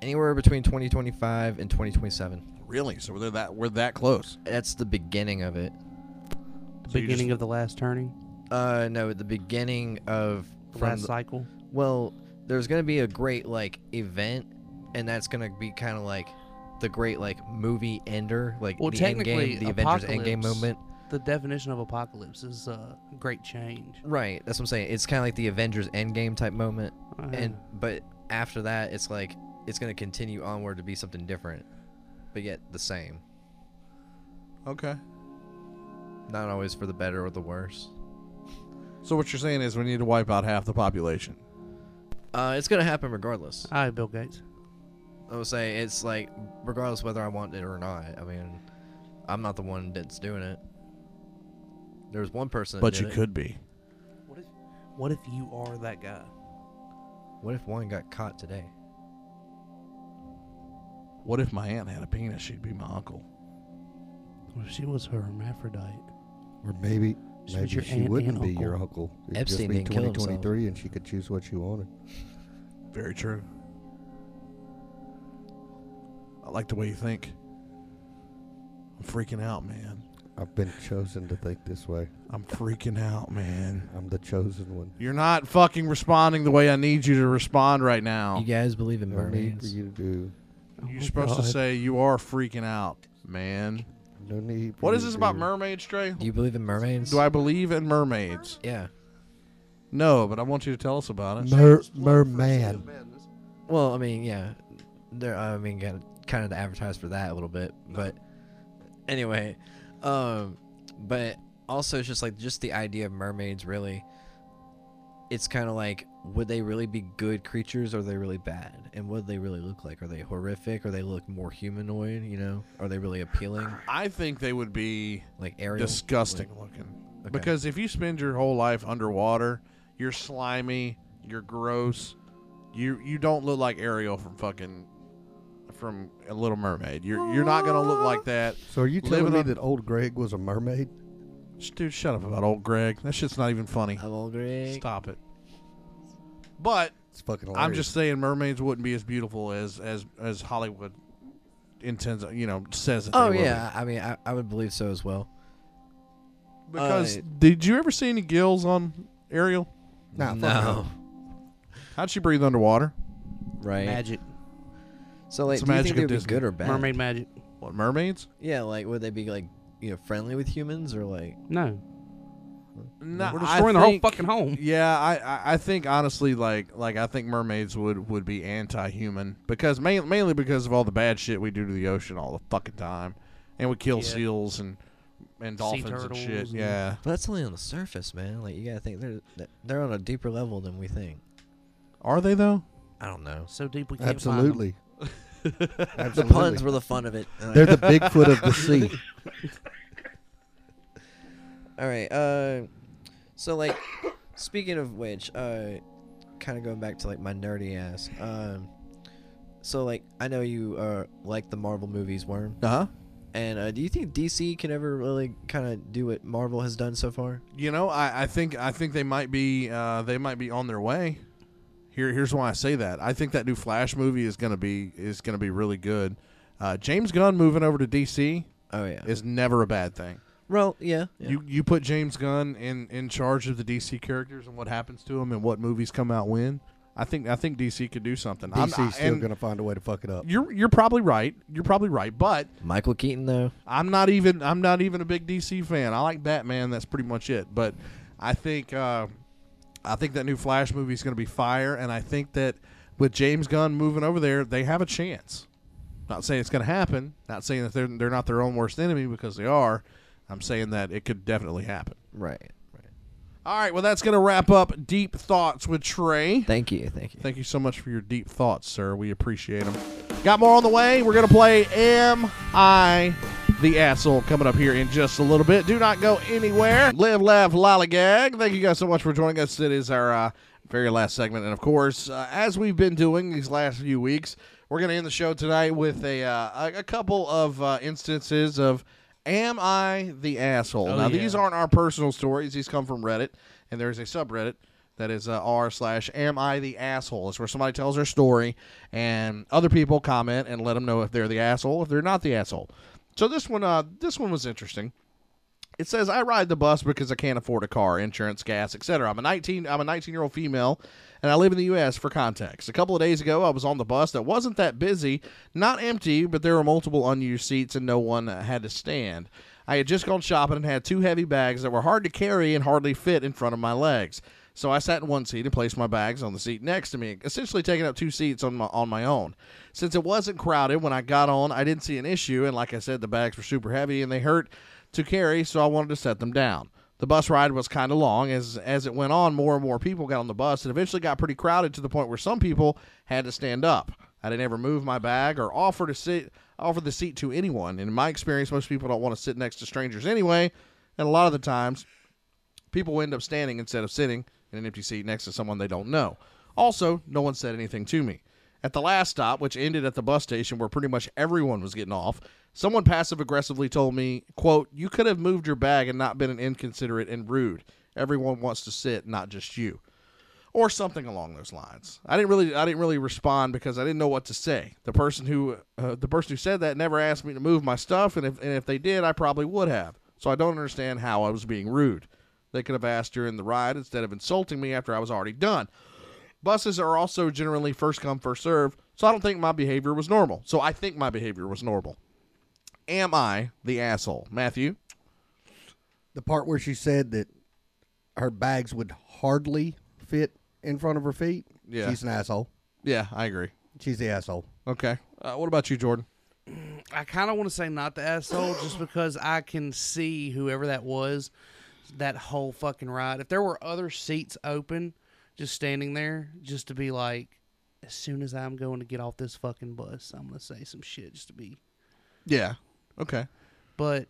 Speaker 6: anywhere between 2025 and 2027.
Speaker 2: Really? So we're that we're that close.
Speaker 6: That's the beginning of it.
Speaker 4: The
Speaker 2: So you
Speaker 4: beginning
Speaker 2: just-
Speaker 4: of the last turning,
Speaker 6: Uh, no, the beginning of
Speaker 4: the
Speaker 6: from
Speaker 4: last
Speaker 6: the-
Speaker 4: cycle.
Speaker 6: Well, there's gonna be a great like event, and that's gonna be kind of like the great like movie ender, like
Speaker 4: Well,
Speaker 6: the end
Speaker 4: technically,
Speaker 6: game, the Avengers Endgame
Speaker 4: Apocalypse-
Speaker 6: moment.
Speaker 4: The definition of apocalypse is a great change.
Speaker 6: Right, that's what I'm saying. It's kind of like the Avengers Endgame type moment,
Speaker 4: Uh,
Speaker 6: and but after that, it's like it's gonna continue onward to be something different, but yet the same.
Speaker 2: Okay.
Speaker 6: Not always for the better or the worse.
Speaker 2: So what you're saying is we need to wipe out half the population.
Speaker 6: Uh, it's gonna happen regardless.
Speaker 4: Hi, Bill Gates.
Speaker 6: I would say it's like regardless whether I want it or not. I mean, I'm not the one that's doing it. There was one person, that
Speaker 2: But
Speaker 6: did
Speaker 2: you
Speaker 6: it.
Speaker 2: could be.
Speaker 4: What if, what if you are that guy?
Speaker 6: What if one got caught today?
Speaker 2: What if my aunt had a penis? She'd be my uncle.
Speaker 4: What if she was her hermaphrodite?
Speaker 3: Or maybe
Speaker 4: She
Speaker 3: maybe
Speaker 4: was your
Speaker 3: she
Speaker 4: aunt
Speaker 3: wouldn't
Speaker 4: and
Speaker 3: be
Speaker 4: uncle.
Speaker 3: your uncle. It'd just
Speaker 6: Epstein
Speaker 3: be
Speaker 6: didn't kill himself.
Speaker 3: 2023 and she could choose what she wanted.
Speaker 2: Very true. I like the way you think. I'm freaking out, man.
Speaker 3: I've been chosen to think this way.
Speaker 2: I'm freaking out, man.
Speaker 3: I'm the chosen one.
Speaker 2: You're not fucking responding the way I need you to respond right now.
Speaker 6: You guys believe in
Speaker 3: No need for
Speaker 6: mermaids?
Speaker 3: you to do.
Speaker 2: You're
Speaker 4: Oh,
Speaker 2: supposed to
Speaker 4: God.
Speaker 2: say you are freaking out, man.
Speaker 3: No need. For
Speaker 2: What
Speaker 3: you
Speaker 2: is this
Speaker 3: to
Speaker 2: about
Speaker 3: do.
Speaker 2: mermaids, Trey?
Speaker 6: Do you believe in mermaids?
Speaker 2: Do I believe in mermaids?
Speaker 6: Yeah.
Speaker 2: No, but I want you to tell us about it.
Speaker 3: Mer- merman.
Speaker 6: Well, I mean, yeah. There, I mean, kind of to advertise for that a little bit, but anyway, um, but also it's just like just the idea of mermaids. Really, it's kind of like would they really be good creatures or are they really bad? And what do they really look like? Are they horrific? Are they look more humanoid? You know, are they really appealing?
Speaker 2: I think they would be
Speaker 6: Like Ariel,
Speaker 2: disgusting looking.
Speaker 6: Okay.
Speaker 2: Because if you spend your whole life underwater, you're slimy, you're gross. You you don't look like Ariel from fucking from a Little Mermaid. You're you're not gonna look like that.
Speaker 3: So are you
Speaker 2: Living
Speaker 3: telling me
Speaker 2: on-
Speaker 3: that old Greg was a mermaid?
Speaker 2: Sh- Dude, shut up about old Greg. That shit's not even funny.
Speaker 6: I'm all great.
Speaker 2: Stop it. But
Speaker 3: It's fucking. Hilarious.
Speaker 2: I'm just saying mermaids wouldn't be as beautiful as as as Hollywood intends, you know, says that they
Speaker 6: Oh
Speaker 2: will be.
Speaker 6: yeah, I mean, I, I would believe so as well.
Speaker 2: Because
Speaker 6: Uh,
Speaker 2: did you ever see any gills on Ariel?
Speaker 3: Nah, fuck
Speaker 6: no,
Speaker 2: How'd she breathe underwater?
Speaker 6: right?
Speaker 4: Magic.
Speaker 6: So like,
Speaker 2: It's
Speaker 6: do you
Speaker 2: magic of
Speaker 6: think they'd be
Speaker 2: Disney.
Speaker 6: good or bad?
Speaker 4: Mermaid magic.
Speaker 2: What mermaids?
Speaker 6: Yeah, like would they be like you know friendly with humans or like
Speaker 4: No.
Speaker 2: No,
Speaker 4: We're destroying the whole fucking home.
Speaker 2: Yeah, I, I I think honestly, like like I think mermaids would would be anti-human because main, mainly because of all the bad shit we do to the ocean all the fucking time, and we kill
Speaker 4: Yeah.
Speaker 2: seals and and dolphins and shit.
Speaker 4: turtles and-
Speaker 2: Yeah,
Speaker 6: But that's only on the surface, man. Like you gotta think they're th- they're on a deeper level than we think.
Speaker 2: are they though?
Speaker 6: I don't know.
Speaker 4: So deep we can't Find
Speaker 3: Absolutely.
Speaker 6: The
Speaker 3: Absolutely.
Speaker 6: puns were the fun of it. Uh,
Speaker 3: They're the Bigfoot of the sea.
Speaker 6: all right. Uh, so like, speaking of which, uh, kind of going back to like my nerdy ass. Um, so like I know you uh like the Marvel movies, worm.
Speaker 2: Uh
Speaker 4: Uh-huh.
Speaker 2: huh.
Speaker 6: And uh, do you think DC can ever really kind of do what Marvel has done so far?
Speaker 2: You know, I, I think I think they might be uh, they might be on their way. Here here's why I say that. I think that new Flash movie is gonna be is gonna be really good. Uh, James Gunn moving over to DC
Speaker 6: Oh yeah.
Speaker 2: is never a bad thing.
Speaker 6: well, yeah. yeah.
Speaker 2: You you put James Gunn in in charge of the DC characters and what happens to them and what movies come out when. I think I think DC could do something. I'm- I-
Speaker 3: DC's still
Speaker 2: and
Speaker 3: gonna find a way to fuck it up.
Speaker 2: You're you're probably right. You're probably right, but
Speaker 6: Michael Keaton though.
Speaker 2: I'm not even I'm not even a big DC fan. I like Batman. That's pretty much it. But I think uh, I think that new Flash movie is going to be fire, and I think that with James Gunn moving over there, they have a chance. Not saying it's going to happen. Not saying that they're they're not their own worst enemy because they are. I'm saying that it could definitely happen.
Speaker 6: Right. Right.
Speaker 2: All right. Well, that's going to wrap up deep thoughts with Trey.
Speaker 6: Thank you. Thank you.
Speaker 2: Thank you so much for your deep thoughts, sir. We appreciate them. Got more on the way. We're going to play Am I the Asshole coming up here in just a little bit. Do not go anywhere. Live, laugh, lollygag. Thank you guys so much for joining us. It is our uh, very last segment. And of course, uh, as we've been doing these last few weeks, We're going to end the show tonight with a uh, a, a couple of uh, instances of "Am I the asshole?"
Speaker 4: Oh,
Speaker 2: now
Speaker 4: yeah.
Speaker 2: these aren't our personal stories; these come from Reddit, and there is a subreddit that is uh, r slash "Am I the asshole?" It's where somebody tells their story, and other people comment and let them know if they're the asshole, if they're not the asshole. So this one, uh, this one was interesting. It says I ride the bus because I can't afford a car, insurance, gas, etc. I'm a 19 I'm a 19-year-old female and I live in the US for context. A couple of days ago, I was on the bus that wasn't that busy, not empty, but there were multiple unused seats and no one uh, had to stand. I had just gone shopping and had two heavy bags that were hard to carry and hardly fit in front of my legs. So I sat in one seat and placed my bags on the seat next to me, essentially taking up two seats on my on my own. Since it wasn't crowded when I got on, I didn't see an issue and like I said the bags were super heavy and they hurt to carry, so I wanted to set them down. The bus ride was kind of long as as it went on. More and more people got on the bus, and eventually got pretty crowded to the point where some people had to stand up. I didn't ever move my bag or offer to sit offer the seat to anyone. In my experience, most people don't want to sit next to strangers anyway, and a lot of the times people end up standing instead of sitting in an empty seat next to someone they don't know. Also, no one said anything to me. At the last stop, which ended at the bus station where pretty much everyone was getting off, someone passive aggressively told me, quote, You could have moved your bag and not been an inconsiderate and rude. Everyone wants to sit, not just you. Or something along those lines. I didn't really, I didn't really respond because I didn't know what to say. The person who, uh, the person who said that never asked me to move my stuff, and if and if they did, I probably would have. So I don't understand how I was being rude. They could have asked during the ride instead of insulting me after I was already done. Buses are also generally first come, first serve, so I don't think my behavior was normal. So I think my behavior was normal. Am I the asshole? Matthew?
Speaker 3: The part where she said that her bags would hardly fit in front of her feet.
Speaker 2: Yeah.
Speaker 3: She's an asshole.
Speaker 2: Yeah, I agree.
Speaker 3: She's the asshole.
Speaker 2: Okay. Uh, what about you, Jordan?
Speaker 4: I kind of want to say not the asshole, just because I can see whoever that was, that whole fucking ride. If there were other seats open, just standing there, just to be like, as soon as I'm going to get off this fucking bus, I'm gonna say some shit just to be.
Speaker 2: Yeah. Okay.
Speaker 4: But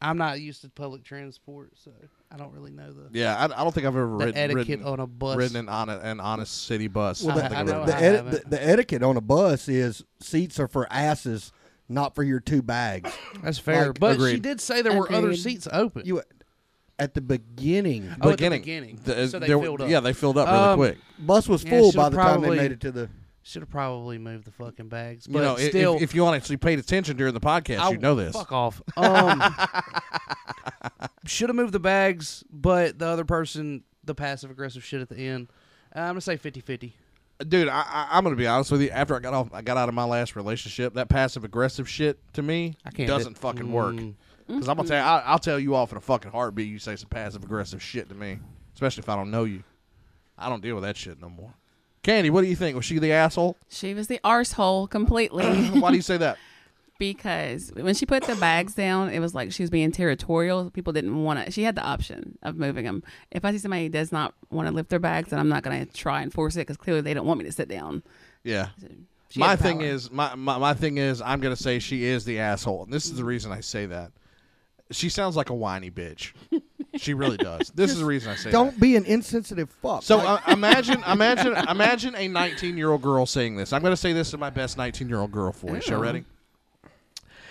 Speaker 4: I'm not used to public transport, so I don't really know the,
Speaker 2: Yeah, I, I don't think I've ever
Speaker 4: the
Speaker 2: ridden,
Speaker 4: etiquette
Speaker 2: ridden,
Speaker 4: on a bus.
Speaker 2: ridden an, hon- an honest city bus.
Speaker 4: Well,
Speaker 2: I don't
Speaker 4: that-
Speaker 2: think
Speaker 4: I
Speaker 2: I've
Speaker 4: know
Speaker 2: ever-
Speaker 3: the,
Speaker 4: I
Speaker 3: eti-
Speaker 4: haven't.
Speaker 3: the, the etiquette on a bus is seats are for asses, not for your two bags.
Speaker 4: That's fair,
Speaker 3: Like,
Speaker 4: but she
Speaker 2: agreed.
Speaker 4: did say there were other
Speaker 3: Agreed.
Speaker 4: seats open.
Speaker 3: You at the beginning,
Speaker 4: oh, at the beginning,
Speaker 2: the-
Speaker 4: so they
Speaker 2: there-
Speaker 4: filled up.
Speaker 2: Yeah, they filled up really
Speaker 4: Um,
Speaker 2: quick.
Speaker 3: bus was
Speaker 4: Yeah,
Speaker 3: full
Speaker 4: should've
Speaker 3: by the time they
Speaker 4: probably-
Speaker 3: made it to the.
Speaker 4: Should have probably moved the fucking bags, but
Speaker 2: You know, i- if-
Speaker 4: still,
Speaker 2: if, you actually paid attention during the podcast,
Speaker 4: I-
Speaker 2: you'd know this.
Speaker 4: Fuck off. Um, should have moved the bags, but the other person, the passive aggressive shit at the end. Uh, I'm gonna say 50-50.
Speaker 2: dude, I, I, I'm gonna be honest with you. After I got off, I got out of my last relationship. That passive aggressive shit to me
Speaker 4: I can't
Speaker 2: doesn't
Speaker 4: do-
Speaker 2: fucking work.
Speaker 4: Mm.
Speaker 2: Because I'm gonna tell you, I, I'll tell you off in a fucking heartbeat. You say some passive aggressive shit to me, especially if I don't know you. I don't deal with that shit no more. Candy, what do you think? Was she the asshole?
Speaker 5: She was the arsehole completely.
Speaker 2: Uh, Why do you say that?
Speaker 5: because when she put the bags down, it was like she was being territorial. People didn't want to. She had the option of moving them. If I see somebody who does not want to lift their bags, then I'm not going to try and force it because clearly they don't want me to sit down.
Speaker 2: Yeah.
Speaker 5: She
Speaker 2: my
Speaker 5: had the
Speaker 2: thing
Speaker 5: power.
Speaker 2: is my, my my thing is I'm gonna say she is the asshole, and this is the
Speaker 5: Mm-hmm.
Speaker 2: reason I say that. She sounds like a whiny bitch. she really does. This is the reason I say that.
Speaker 3: Don't be an insensitive fuck.
Speaker 2: So
Speaker 3: Like,
Speaker 2: uh, imagine, imagine, imagine a 19 year old girl saying this. I'm going to say this to my best 19 year old girl voice. You ready?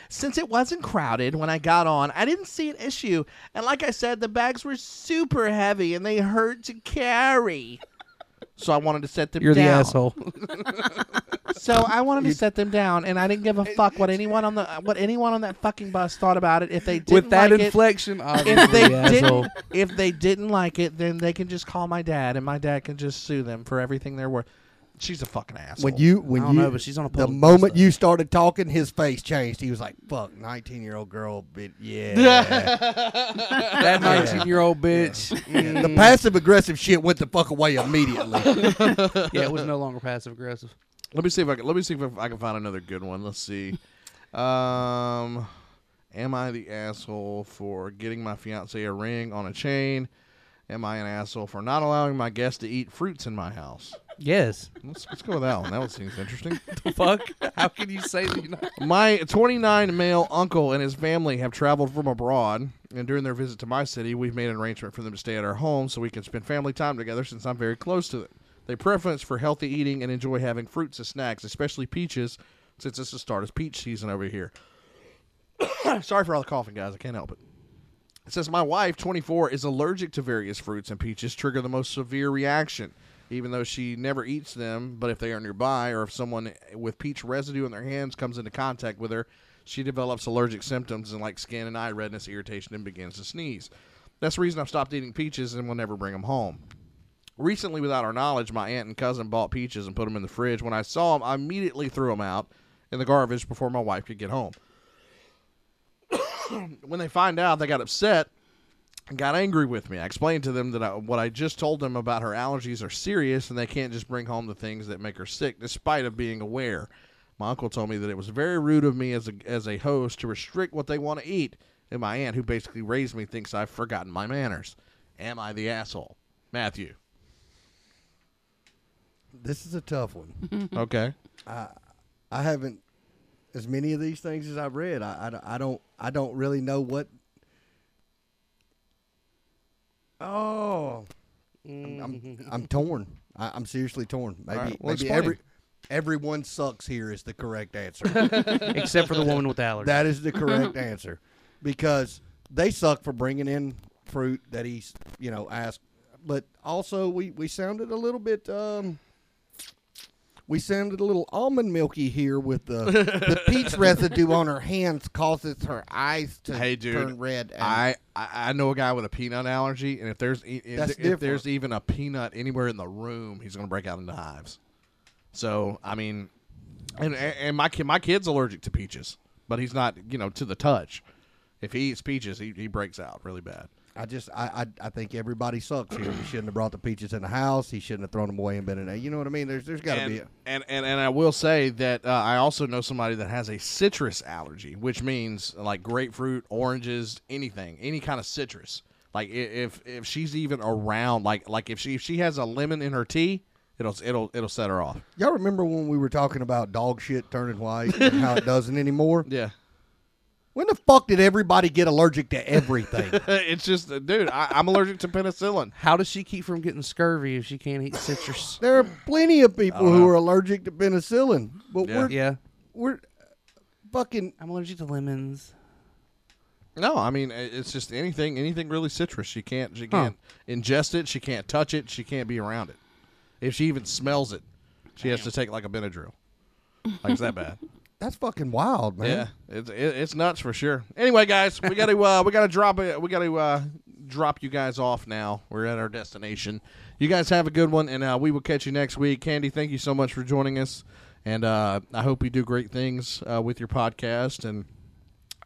Speaker 2: Since it wasn't crowded when I got on, I didn't see an issue. And like I said, the bags were super heavy and they hurt to carry. So I wanted to set them down. So I wanted to set them down, and I didn't give a fuck what anyone on the what anyone on that fucking bus thought about it. If they didn't
Speaker 4: With that
Speaker 2: like it,
Speaker 4: inflection,
Speaker 2: if
Speaker 4: obviously
Speaker 2: they
Speaker 4: the asshole.
Speaker 2: didn't, if they didn't like it, then they can just call my dad, and my dad can just sue them for everything they're worth. She's a fucking asshole.
Speaker 3: when you when
Speaker 4: I don't
Speaker 3: you
Speaker 4: know, but she's on a
Speaker 3: the
Speaker 4: public bus,
Speaker 3: moment
Speaker 4: though.
Speaker 3: you started talking, his face changed. He was like, "Fuck, nineteen year old girl, bit yeah."
Speaker 4: that 19 year old bitch. Mm.
Speaker 3: the passive aggressive shit went the fuck away immediately.
Speaker 4: Yeah. it was no longer passive aggressive.
Speaker 2: let me see if I can, let me see if I can find another good one. Let's see. Um, am I the asshole for getting my fiance a ring on a chain? Am I an asshole for not allowing my guests to eat fruits in my house?
Speaker 4: Yes.
Speaker 2: Let's, let's go with that one. That one seems interesting.
Speaker 4: The fuck? How can you say that? You're not?
Speaker 2: My 29 male uncle and his family have traveled from abroad, and during their visit to my city, we've made an arrangement for them to stay at our home so we can spend family time together since I'm very close to them. They preference for healthy eating and enjoy having fruits as snacks, especially peaches, since it's the start of peach season over here. Sorry for all the coughing, guys. I can't help it. It says my wife, 24, is allergic to various fruits and peaches, trigger the most severe reaction, even though she never eats them. But if they are nearby, or if someone with peach residue in their hands comes into contact with her, she develops allergic symptoms and like skin and eye redness, irritation, and begins to sneeze. That's the reason I've stopped eating peaches and will never bring them home. Recently, without our knowledge, my aunt and cousin bought peaches and put them in the fridge. When I saw them, I immediately threw them out in the garbage before my wife could get home when they find out, they got upset and got angry with me. I explained to them that I, what I just told them about her allergies are serious and they can't just bring home the things that make her sick, despite of being aware. My uncle told me that it was very rude of me as a, as a host to restrict what they want to eat, and my aunt, who basically raised me, thinks I've forgotten my manners. Am I the asshole? Matthew.
Speaker 3: This is a tough one.
Speaker 2: okay.
Speaker 3: I haven't as many of these things as I've read. I, I, I don't I don't really know what. Oh, I'm I'm, I'm torn. I, I'm seriously torn. Maybe
Speaker 2: Mm-hmm. right, well,
Speaker 3: maybe
Speaker 2: explain.
Speaker 3: every everyone sucks here is the correct answer.
Speaker 4: Except for the woman with allergies.
Speaker 3: that is the correct answer because they suck for bringing in fruit that he's you know asked. But also we we sounded a little bit. um we sounded a little almond milky here with the, the peach residue on her hands causes her eyes to
Speaker 2: Hey, dude,
Speaker 3: turn red. and-
Speaker 2: I, I I know a guy with a peanut allergy, and if there's e-
Speaker 3: That's
Speaker 2: if, if
Speaker 3: different.
Speaker 2: there's even a peanut anywhere in the room, he's gonna break out into hives. So I mean, and and and my kid my kid's allergic to peaches, but he's not you know to the touch. If he eats peaches, he, he breaks out really bad.
Speaker 3: I just I, I I think everybody sucks here. He shouldn't have brought the peaches in the house. He shouldn't have thrown them away and been in a. You know what I mean? There's there's got to
Speaker 2: and,
Speaker 3: be. A,
Speaker 2: and and and I will say that uh, I also know somebody that has a citrus allergy, which means like grapefruit, oranges, anything, any kind of citrus. Like i- if if she's even around, like like if she if she has a lemon in her tea, it'll it'll it'll set her off.
Speaker 3: y'all remember when we were talking about dog shit turning white and how it doesn't anymore?
Speaker 2: Yeah,
Speaker 3: When the fuck did everybody get allergic to everything?
Speaker 2: it's just uh, dude, I, I'm allergic to penicillin.
Speaker 4: How does she keep from getting scurvy if she can't eat citrus?
Speaker 3: there are plenty of people who are allergic to penicillin, but
Speaker 2: Uh-huh. Yeah.
Speaker 3: we're
Speaker 4: yeah.
Speaker 3: we're fucking.
Speaker 4: I'm allergic to lemons.
Speaker 2: No, I mean i- it's just anything anything really citrus. She can't she
Speaker 4: Huh.
Speaker 2: can't ingest it. She can't touch it. She can't be around it. If she even smells it, she has to take like a Benadryl. Like it's that bad.
Speaker 3: That's fucking wild, man.
Speaker 2: Yeah, it's it, it's nuts for sure. Anyway, guys, we got to uh, we got to drop it. We got to uh, drop you guys off now. We're at our destination. You guys have a good one, and uh, we will catch you next week. Candy, thank you so much for joining us, and uh, I hope you do great things uh, with your podcast. And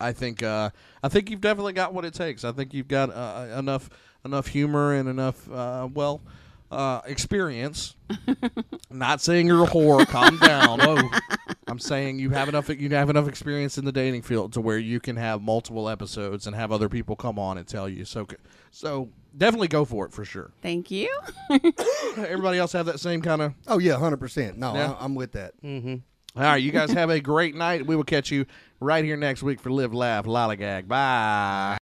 Speaker 2: I think uh, I think you've definitely got what it takes. I think you've got uh, enough enough humor and enough uh, well uh, experience not saying you're a whore. Calm down. I'm saying you have enough. You have enough experience in the dating field to where you can have multiple episodes and have other people come on and tell you. So, c- so definitely go for it for sure.
Speaker 5: Thank you.
Speaker 2: Everybody else have that same kind of.
Speaker 3: Oh yeah, hundred percent. No,
Speaker 2: Yeah.
Speaker 3: I, I'm with that.
Speaker 2: All right, you guys have a great night. We will catch you right here next week for Live, Laugh, Lollygag. Bye.